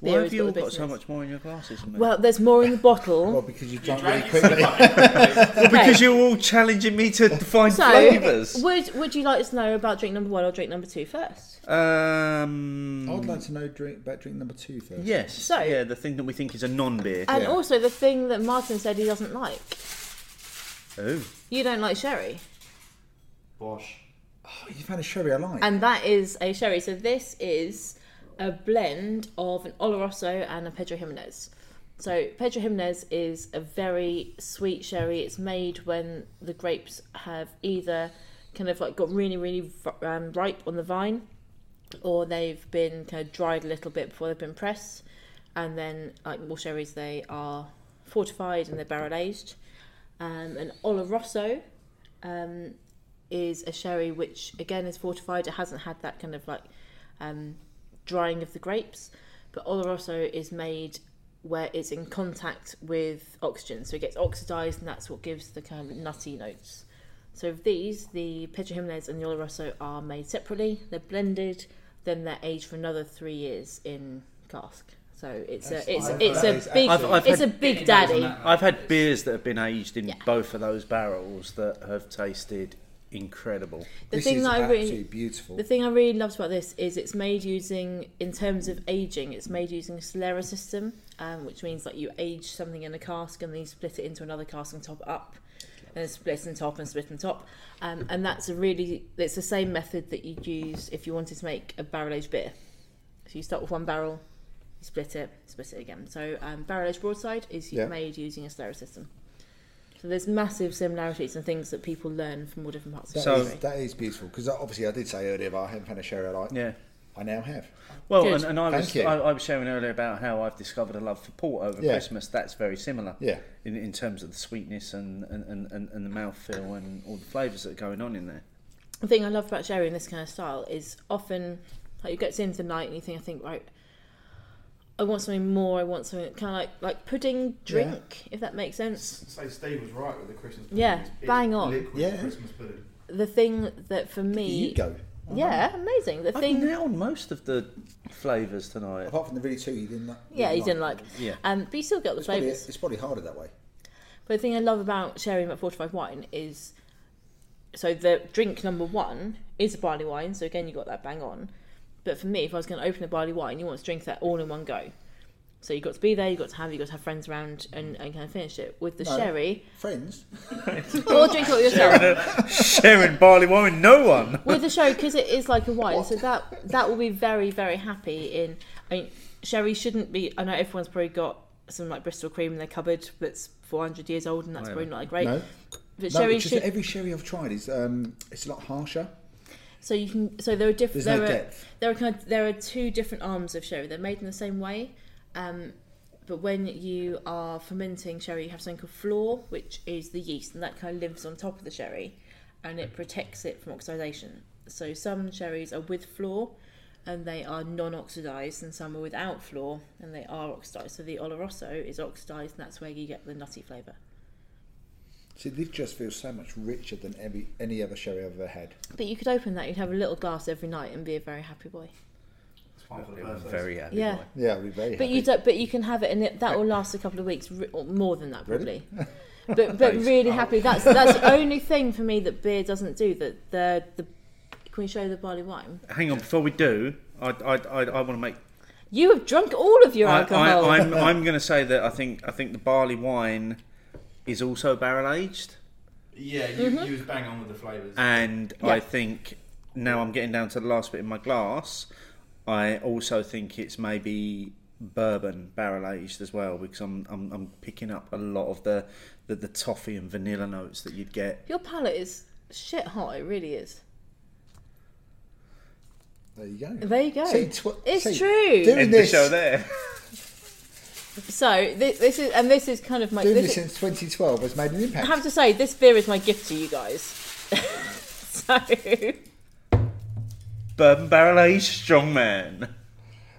Why
beer
have
has
you all
the
got so
bitterness.
much more in your glasses? Than me? [laughs]
Well, there's more in the
Well,
Hmm?
bottle.
because you've
You
drunk really
drank
quickly.
yourself up.
Okay.
because you're all challenging me
[laughs]
to find
So,
flavours.
would would you like to know about drink number one or drink number two first?
Um,
I would like to know drink, about drink number two first.
Yes.
So-
yeah, the thing that we think is a non-beer.
And
Yeah.
also the thing that Martin said he doesn't like.
oh,
You don't like sherry,
Wash.
Oh, you found a sherry I like.
and that is a sherry. So this is a blend of an Oloroso and a Pedro Jimenez. So Pedro Jimenez is a very sweet sherry. It's made when the grapes have either kind of like got really, really um, ripe on the vine, or they've been kind of dried a little bit before they've been pressed, and then like more sherries, they are fortified and they're barrel aged. Um, an Oloroso um, is a sherry which again is fortified. It hasn't had that kind of like um, drying of the grapes, but Oloroso is made where it's in contact with oxygen, so it gets oxidized, and that's what gives the kind of nutty notes. So of these, the Pedro Jimenez and the Oloroso are made separately. They're blended, then they're aged for another three years in cask. So it's a it's
I've-
it's
that
a
is
big
I've- I've
it's a
had-
big
Yeah, it
daddy.
doesn't matter.
I've had beers that have been aged in
Yeah.
both of those barrels that have tasted incredible.
The
this
thing
is
that I
absolutely
really
beautiful.
The thing I really loved about this is it's made using, in terms of aging, it's made using a Solera system, um, which means like you age something in a cask and then you split it into another cask and top it up, and split and top and split and top, um, and that's a really it's the same method that you'd use if you wanted to make a barrel aged beer. So you start with one barrel, you split it, split it again. So um, barrel aged broadside is
Yeah.
made using a Solera system. So there's massive similarities and things that people learn from all different parts of
That
So-
the
is-
country.
that is beautiful because obviously I did say earlier, but I haven't found a sherry I like.
Yeah.
I now have.
Well,
Good.
and, and I was
Thank you.
I, I was sharing earlier about how I've discovered a love for port over
Yeah.
Christmas. That's very similar.
Yeah.
In, in terms of the sweetness and and, and, and, and the mouthfeel and all the flavours that are going on in there.
the thing I love about sherry in this kind of style is often like you get into the night and you think, I think, right, I want something more. I want something kind of like like pudding drink, if that makes sense.
So Steve was right with the Christmas pudding.
Yeah,
It's
bang on.
Liquid
Yeah.
Christmas pudding.
The thing that for
Here
me,
you go.
yeah, amazing. The
I've
thing,
nailed most of the flavours tonight. [laughs]
Apart from the really two you didn't like.
yeah, you didn't like,
Yeah.
um, but you still got the
It's probably,
flavors.
it's probably harder that way.
But the thing I love about sherry and fortified wine is, so the drink number one is a barley wine. So again, you got that bang on. But for me, if I was going to open a barley wine, you want to drink that all in one go. So you got to be there, you got to have, you got to have friends around, and, and kind of finish it with the
No. [laughs]
sherry
Friends,
or drink it all yourself
sharing barley wine with no one.
with the sherry because it is like a wine. So that that will be very very happy in. I mean, sherry shouldn't be. I know everyone's probably got some like Bristol cream in their cupboard that's 400 years old, and that's probably not like great.
no.
But
No,
sherry
it's just
should.
that every sherry I've tried is um, it's a lot harsher.
So you can. So there are
There's
different. There
no
are
depth.
there are kind of, there are two different arms of sherry. They're made in the same way, um, but when you are fermenting sherry, you have something called floor, which is the yeast, and that kind of lives on top of the sherry, and it protects it from oxidation. So some sherries are with floor, and they are non-oxidized, and some are without floor, and they are oxidized. So the Oloroso is oxidized, and that's where you get the nutty flavor.
See, this just feels so much richer than every, any other sherry I've ever had.
But you could open that, you'd have a little glass every night and be a very happy boy.
It's fine for the
I'm
birthdays.
very happy.
Yeah.
boy.
Yeah, I'll be very
But
happy.
you don't, but you can have it, and it, that will last a couple of weeks, re- or more than that probably.
Really?
But but really happy. That's that's the only thing for me that beer doesn't do. That the the can we show the barley wine?
Hang on, before we do, I I I, I want to make.
You have drunk all of your
I,
alcohol.
I,
[laughs]
I'm I'm going to say that I think I think the barley wine is also barrel aged,
Yeah, you,
Mm-hmm.
you was bang on with the flavours.
and
Yeah.
I think now I'm getting down to the last bit in my glass. I also think it's maybe bourbon barrel aged as well because I'm, I'm I'm picking up a lot of the the, the toffee and vanilla notes that you'd get.
Your palate is shit hot. It really is.
There you go.
There you go.
See, tw-
it's
see,
true.
doing
End the
this,
show there.
So this, this is and this is kind of my.
Doing
this
this
is-
since 2012 has made an
I
impact.
have to say, this beer is my gift to you guys. [laughs] so
Bourbon barrel aged strongman.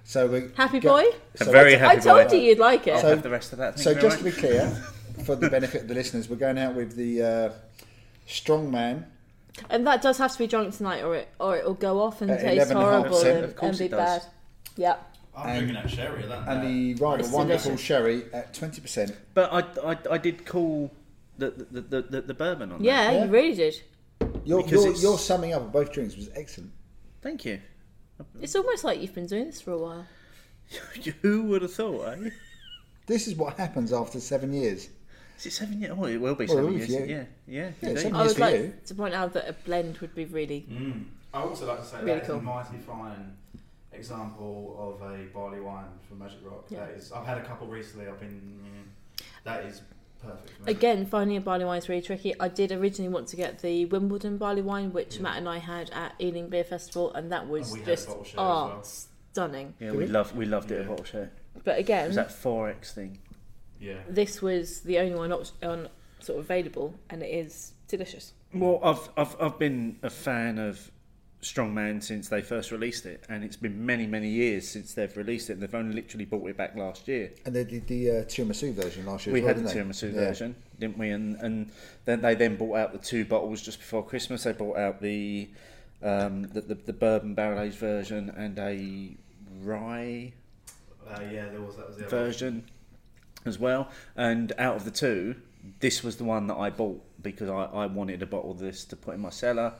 So we
happy
go-
boy.
A
So
very
let's-
I
happy boy. Oh.
told you you'd like it.
I'll have the rest of that. Thank
So
you very
just to
much.
be clear, for the benefit of the listeners, we're going out with the uh, strongman
And that does have to be drunk tonight, or it or it will go off and
At
taste
11.5%,
horrible and,
of
and
course
be
it does.
bad. Yeah,
I'm drinking that sherry, that.
and
that.
the rather
It's
wonderful
delicious.
sherry at 20%.
But I, I, I did call the the, the, the, the bourbon on that.
yeah,
Yeah.
you really did.
Your,
Because
your,
it's-
your summing up of both drinks was excellent.
Thank you. [laughs]
It's almost like you've been doing this for a while.
Who would have thought, eh?
This is what happens after seven years.
Is it seven years? Oh, it will be
Well,
seven
it was
years.
you.
Yeah, yeah.
Yeah,
indeed.
seven-
I
Yes,
would
for
like
you.
to point out that a blend would be really.
Mm. I also like to say
Really
that is
cool.
a mighty fine example of a barley wine from Magic Rock.
Yeah.
That is, I've had a couple recently. I've been. mm, that is perfect. for me.
Again, finding a barley wine is really tricky. I did originally want to get the Wimbledon barley wine, which Matt and I had at Ealing Beer Festival, and that was
And we had a
just
bottle share as
art
well.
stunning.
Yeah, we loved we loved it at Bottle Share.
But
It
again,
was that four X thing.
Yeah.
this was the only one op- on sort of available, and it is delicious.
Well, I've I've I've been a fan of Strongman since they first released it, and it's been many many years since they've released it. and They've only literally bought it back last year.
And they did the uh, tiramisu version last year.
We
as well,
had the
didn't they?
tiramisu
Yeah.
version, didn't we? And and then they then bought out the two bottles just before Christmas. They bought out the um, the, the, the bourbon barrel aged version and a rye
Uh, yeah, there was that was the other
version as well. And out of the two, this was the one that I bought because I, I wanted a bottle of this to put in my cellar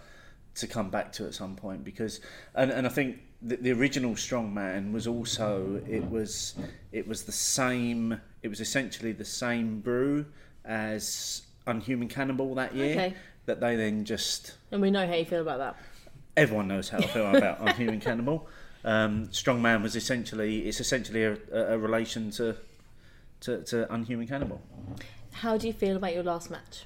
to come back to at some point because and, and I think the, the original strongman was also it was it was the same it was essentially the same brew as unhuman cannibal that year
Okay.
that they then just
And we know how you feel about that.
everyone knows how I feel about Unhuman Cannibal. Um, Strongman was essentially it's essentially a, a a relation to, to to Unhuman Cannibal.
How do you feel about your last match?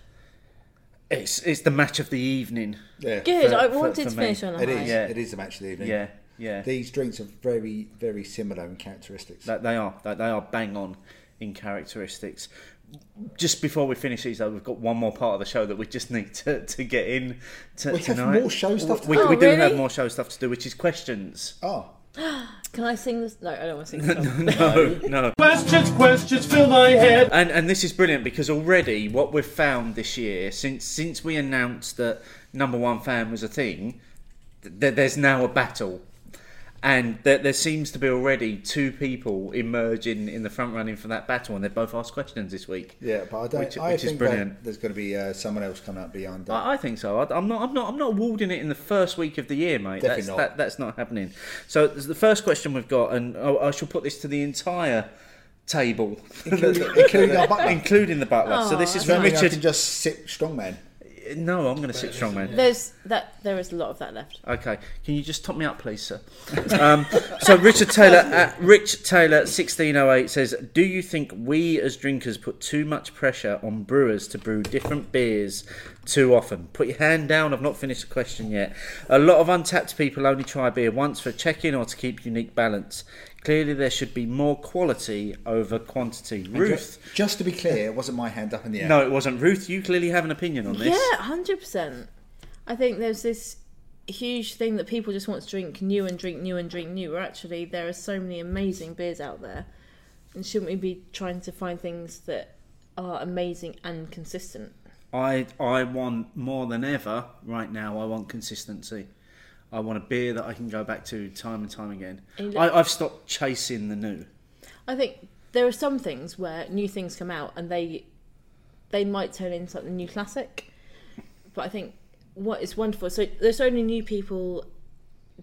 It's it's the match of the evening.
Yeah.
Good.
For-
I
for-
wanted
for
to
me.
finish on a
It
high.
is.
Yeah.
It is the match of the evening.
Yeah, yeah.
These drinks are very, very similar in characteristics.
That they are that they are bang on in characteristics. Just before we finish these, though, we've got one more part of the show that we just need to, to get in to,
We have
tonight.
more show stuff to
we,
do.
we
Oh,
do
really?
have more show stuff to do, which is questions.
oh,
Can I sing this? No, I
[laughs]
don't want to sing this song.
No, no.
Questions, questions fill my head.
And and this is brilliant because already what we've found this year since since we announced that number one fan was a thing, th- th- there's now a battle, and there, there seems to be already two people emerging in the front running for that battle, and they've both asked questions this week.
yeah, but I don't.
Which-
I
which is
think
brilliant. Ah.
That there's going to be uh, someone else coming up beyond that.
I, I think so. I, I'm not. I'm not. I'm not awarding it in the first week of the year, mate.
Definitely
that's,
not.
That, that's not happening. So there's the first question we've got, and I, I shall put this to the entire table,
Including- including our butler.
including the butler. so this is
Does that
from
mean I
Richard.
can just sip strongman?
No, I'm going to sit strongman.
There's that. There is a lot of that left.
Okay, can you just top me up, please, sir? Um, so Richard Taylor at Rich Taylor sixteen oh eight says, "Do you think we as drinkers put too much pressure on brewers to brew different beers too often? Put your hand down. I've not finished the question yet. A lot of untapped people only try beer once for check-in or to keep unique balance. Clearly, there should be more quality over quantity." Ruth,
Ju- Just to be clear, it wasn't my hand up in the air.
no, it wasn't. Ruth, you clearly have an opinion on this.
Yeah, hundred percent. I think there's this huge thing that people just want to drink new and drink new and drink new. Where actually there are so many amazing beers out there, and shouldn't we be trying to find things that are amazing and consistent?
I I want more than ever right now. I want consistency. I want a beer that I can go back to time and time again.
And you-
I, I've stopped chasing the new.
I think there are some things where new things come out and they they might turn into something new classic. But I think what is wonderful so there's only new people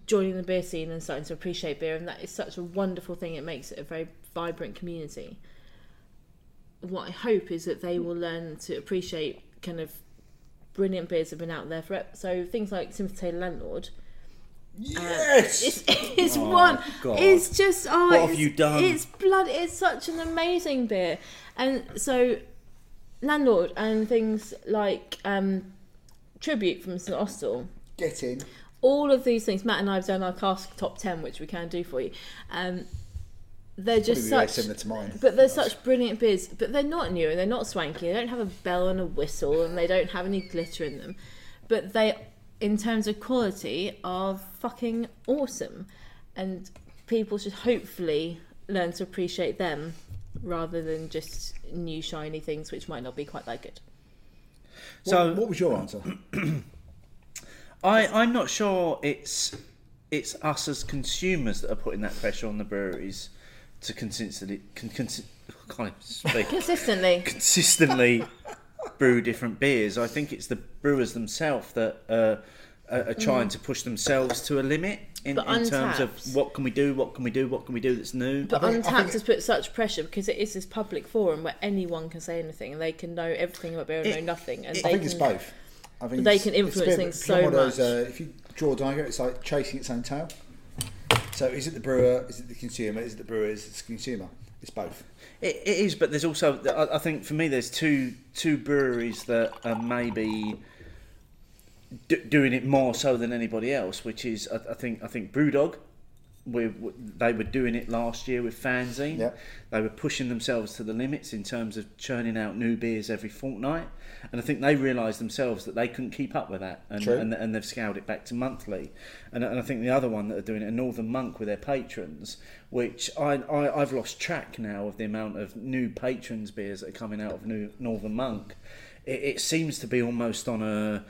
joining the beer scene and starting to appreciate beer and that is such a wonderful thing. It makes it a very vibrant community. What I hope is that they will learn to appreciate kind of brilliant beers that have been out there for so things like Timothy Taylor Landlord
Yes.
it's, it's one.
Oh, God.
It's just oh,
What have
it's,
you done?
It's blood. It's such an amazing beer, and so landlord and things like um, tribute from St Austell.
Get in.
All of these things, Matt and I have done our cask top ten, which we can do for you. Um, they're just
Probably very
such
similar to mine.
but they're such brilliant beers. But they're not new and they're not swanky. They don't have a bell and a whistle and they don't have any glitter in them. But they, in terms of quality, are fucking awesome. And people should hopefully learn to appreciate them rather than just new shiny things which might not be quite that good.
So
what, what was your answer?
I, I'm not sure it's it's us as consumers that are putting that pressure on the breweries to consistently con, consi- [laughs] I can't even speak
Consistently.
consistently brew different beers. I think it's the brewers themselves that uh, are, are trying to push themselves to a limit in,
Mm. But
in terms
Untapped-
of what can we do, what can we do, what can we do that's new.
But
think- I
Untapped
think-
has put such pressure because it is this public forum where anyone can say anything and they can know everything about beer and
It-
know nothing. And
it-
they
I think it's
can-
both. I think
they
it's-
can
it's a
influence
bit-
things
it's
so
one
one of those,
much.
uh, if you draw a diagram, it's like chasing its own tail. So is it the brewer? Is it the consumer? Is it the brewer? Is it the consumer? It's both.
It, it is, but there's also I, I think for me there's two two breweries that are maybe d- doing it more so than anybody else, which is I, I think I think Brewdog. We, w- they were doing it last year with fanzine.
Yeah.
They were pushing themselves to the limits in terms of churning out new beers every fortnight, and I think they realised themselves that they couldn't keep up with that, and
True.
and, and they've scaled it back to monthly. And, and I think the other one that are doing it, a Northern Monk with their patrons, which I, I I've lost track now of the amount of new patrons beers that are coming out of new Northern Monk. It, it seems to be almost on a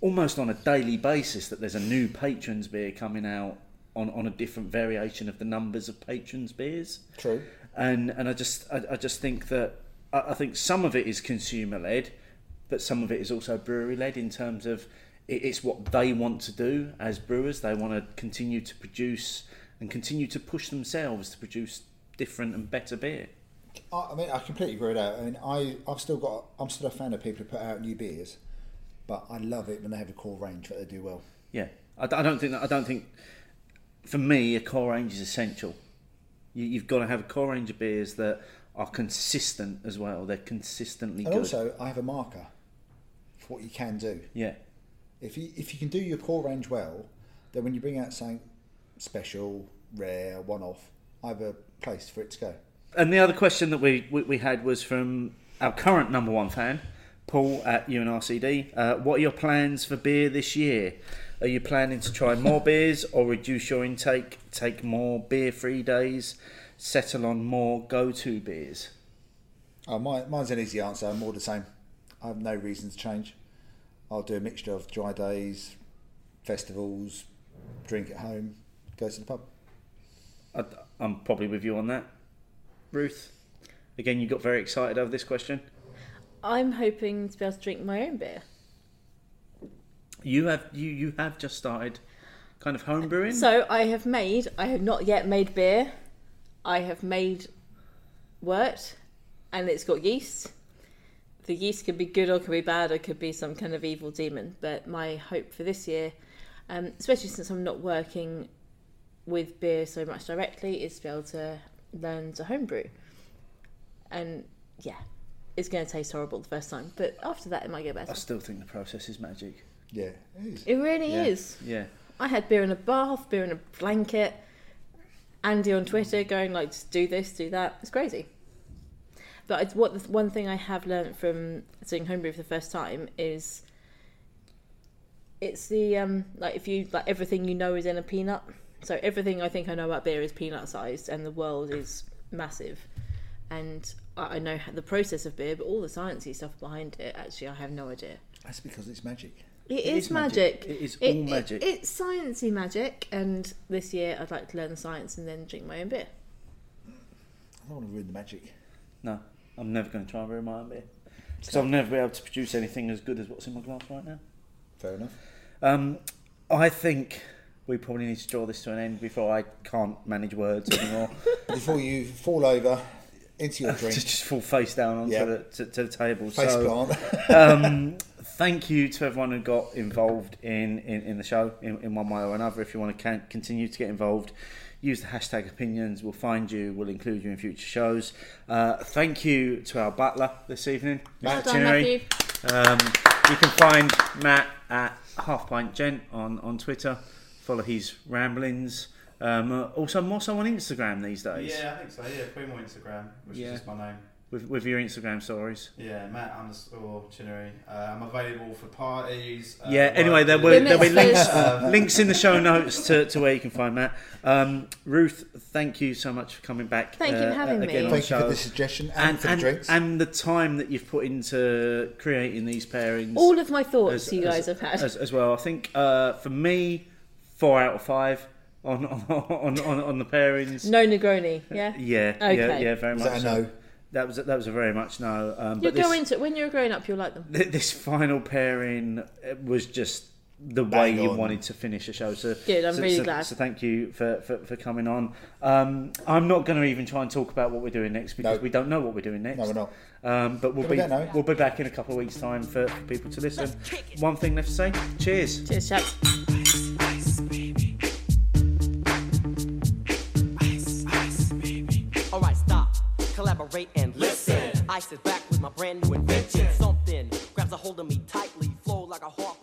almost on a daily basis that there's a new patrons beer coming out on, on a different variation of the numbers of patrons beers
True.
and and I just I, I just think that I, I think some of it is consumer led, but some of it is also brewery led in terms of it, it's what they want to do as brewers. They want to continue to produce and continue to push themselves to produce different and better beer.
I, I mean, I completely agree with that. I mean, I I've still got I'm still a fan of people who put out new beers, but I love it when they have a core range that they do well.
Yeah, I, d- I don't think that, I don't think for me a core range is essential. You, you've got to have a core range of beers that are consistent as well. They're consistently
And
good.
also, I have a marker for what you can do.
yeah.
If you if you can do your core range well, then when you bring out something special, rare, one off, I have a place for it to go.
And the other question that we, we, we had was from our current number one fan, Paul at UNRCD. Uh, what are your plans for beer this year? Are you planning to try more beers or reduce your intake, take more beer free days, settle on more go to beers?
Oh, my, mine's an easy answer. I'm more the same. I have no reason to change. I'll do a mixture of dry days, festivals, drink at home, go to the pub.
I, I'm probably with you on that. Ruth, again, you got very excited over this question.
I'm hoping to be able to drink my own beer.
You have you, you have just started kind of home brewing.
So I have made. I have not yet made beer. I have made wort, and it's got yeast. The yeast could be good or could be bad or could be some kind of evil demon. But my hope for this year, um, especially since I'm not working with beer so much directly, is to be able to learn to homebrew. And yeah, it's going to taste horrible the first time, but after that it might get
I
better.
still think the process is magic.
Yeah, it is.
It really
Yeah.
is.
Yeah.
I had beer in a bath, beer in a blanket. Andy on Twitter going like, just do this, do that. It's crazy. But it's what the one thing I have learnt from doing homebrew for the first time is it's the um like if you like everything you know is in a peanut. So everything I think I know about beer is peanut sized, and the world is massive. And I I know how- the process of beer, but all the sciencey stuff behind it, actually, I have no idea.
That's because it's magic.
It
is
is,
magic.
magic.
It is all magic.
it's sciencey magic, and this year I'd like to learn the science and then drink my own beer.
I don't want to ruin the magic.
No, I'm never going to try and ruin my own beer. Because I'll never be able to produce anything as good as what's in my glass right now.
Fair enough.
Um, I think we probably need to draw this to an end before I can't manage words
[laughs]
anymore.
Before you fall over into your
to
drink,
just fall face down onto
Yeah.
the, to, to the table.
face
so,
plant.
thank you to everyone who got involved in, in, in the show in, in one way or another. If you want to can, continue to get involved, use the hashtag opinions. We'll find you, we'll include you in future shows. Uh, thank you to our butler this evening,
Matt.
Well done,
Tinery. Um, you can find Matt at Half Pint Gent on, on Twitter. Follow his ramblings. Um, uh, also, more so on Instagram these days
Yeah, I think so. Yeah, put him on Instagram, which
Yeah.
is just my name.
with, with your Instagram stories.
Yeah, Matt underscore Chinnery. Uh, I'm available for parties. Uh,
Yeah, anyway, there will
were
there'll be links,
Mixers.
[laughs]
Um,
links in the show notes to, to where you can find Matt. Um, Ruth, thank you so much for coming back. uh,
Thank you for having
again
me.
on the
Thank you
show.
for the suggestion and,
And,
for the
and,
drinks.
and the time that you've put into creating these pairings.
All of my thoughts
as-
you
as-
guys have had.
As, as well. I think uh, for me, four out of five on [laughs] on, on, on, on the pairings.
no Negroni, yeah?
Yeah, yeah,
Okay.
yeah, very
Is
much.
that a
so.
no?
That was a, that was a very much no. Um,
You'll
but this,
go into it. When you're grown up, you'll like them.
th- this final pairing uh, was just the
Bang
way you
on.
wanted to finish the show. So
Good, I'm
so-
really
so-
glad.
So thank you for, for, for coming on. Um, I'm not going to even try and talk about what we're doing next because
No.
we don't know what we're doing next.
No, we're not.
Um, but we'll
But we
be
don't know.
we'll be back in a couple of weeks' time for for people to listen. One thing left to say. Cheers.
Cheers, chaps.
All right, stop, collaborate and listen. Ice is back with my brand new invention. Something grabs a hold of me tightly, flow like a hawk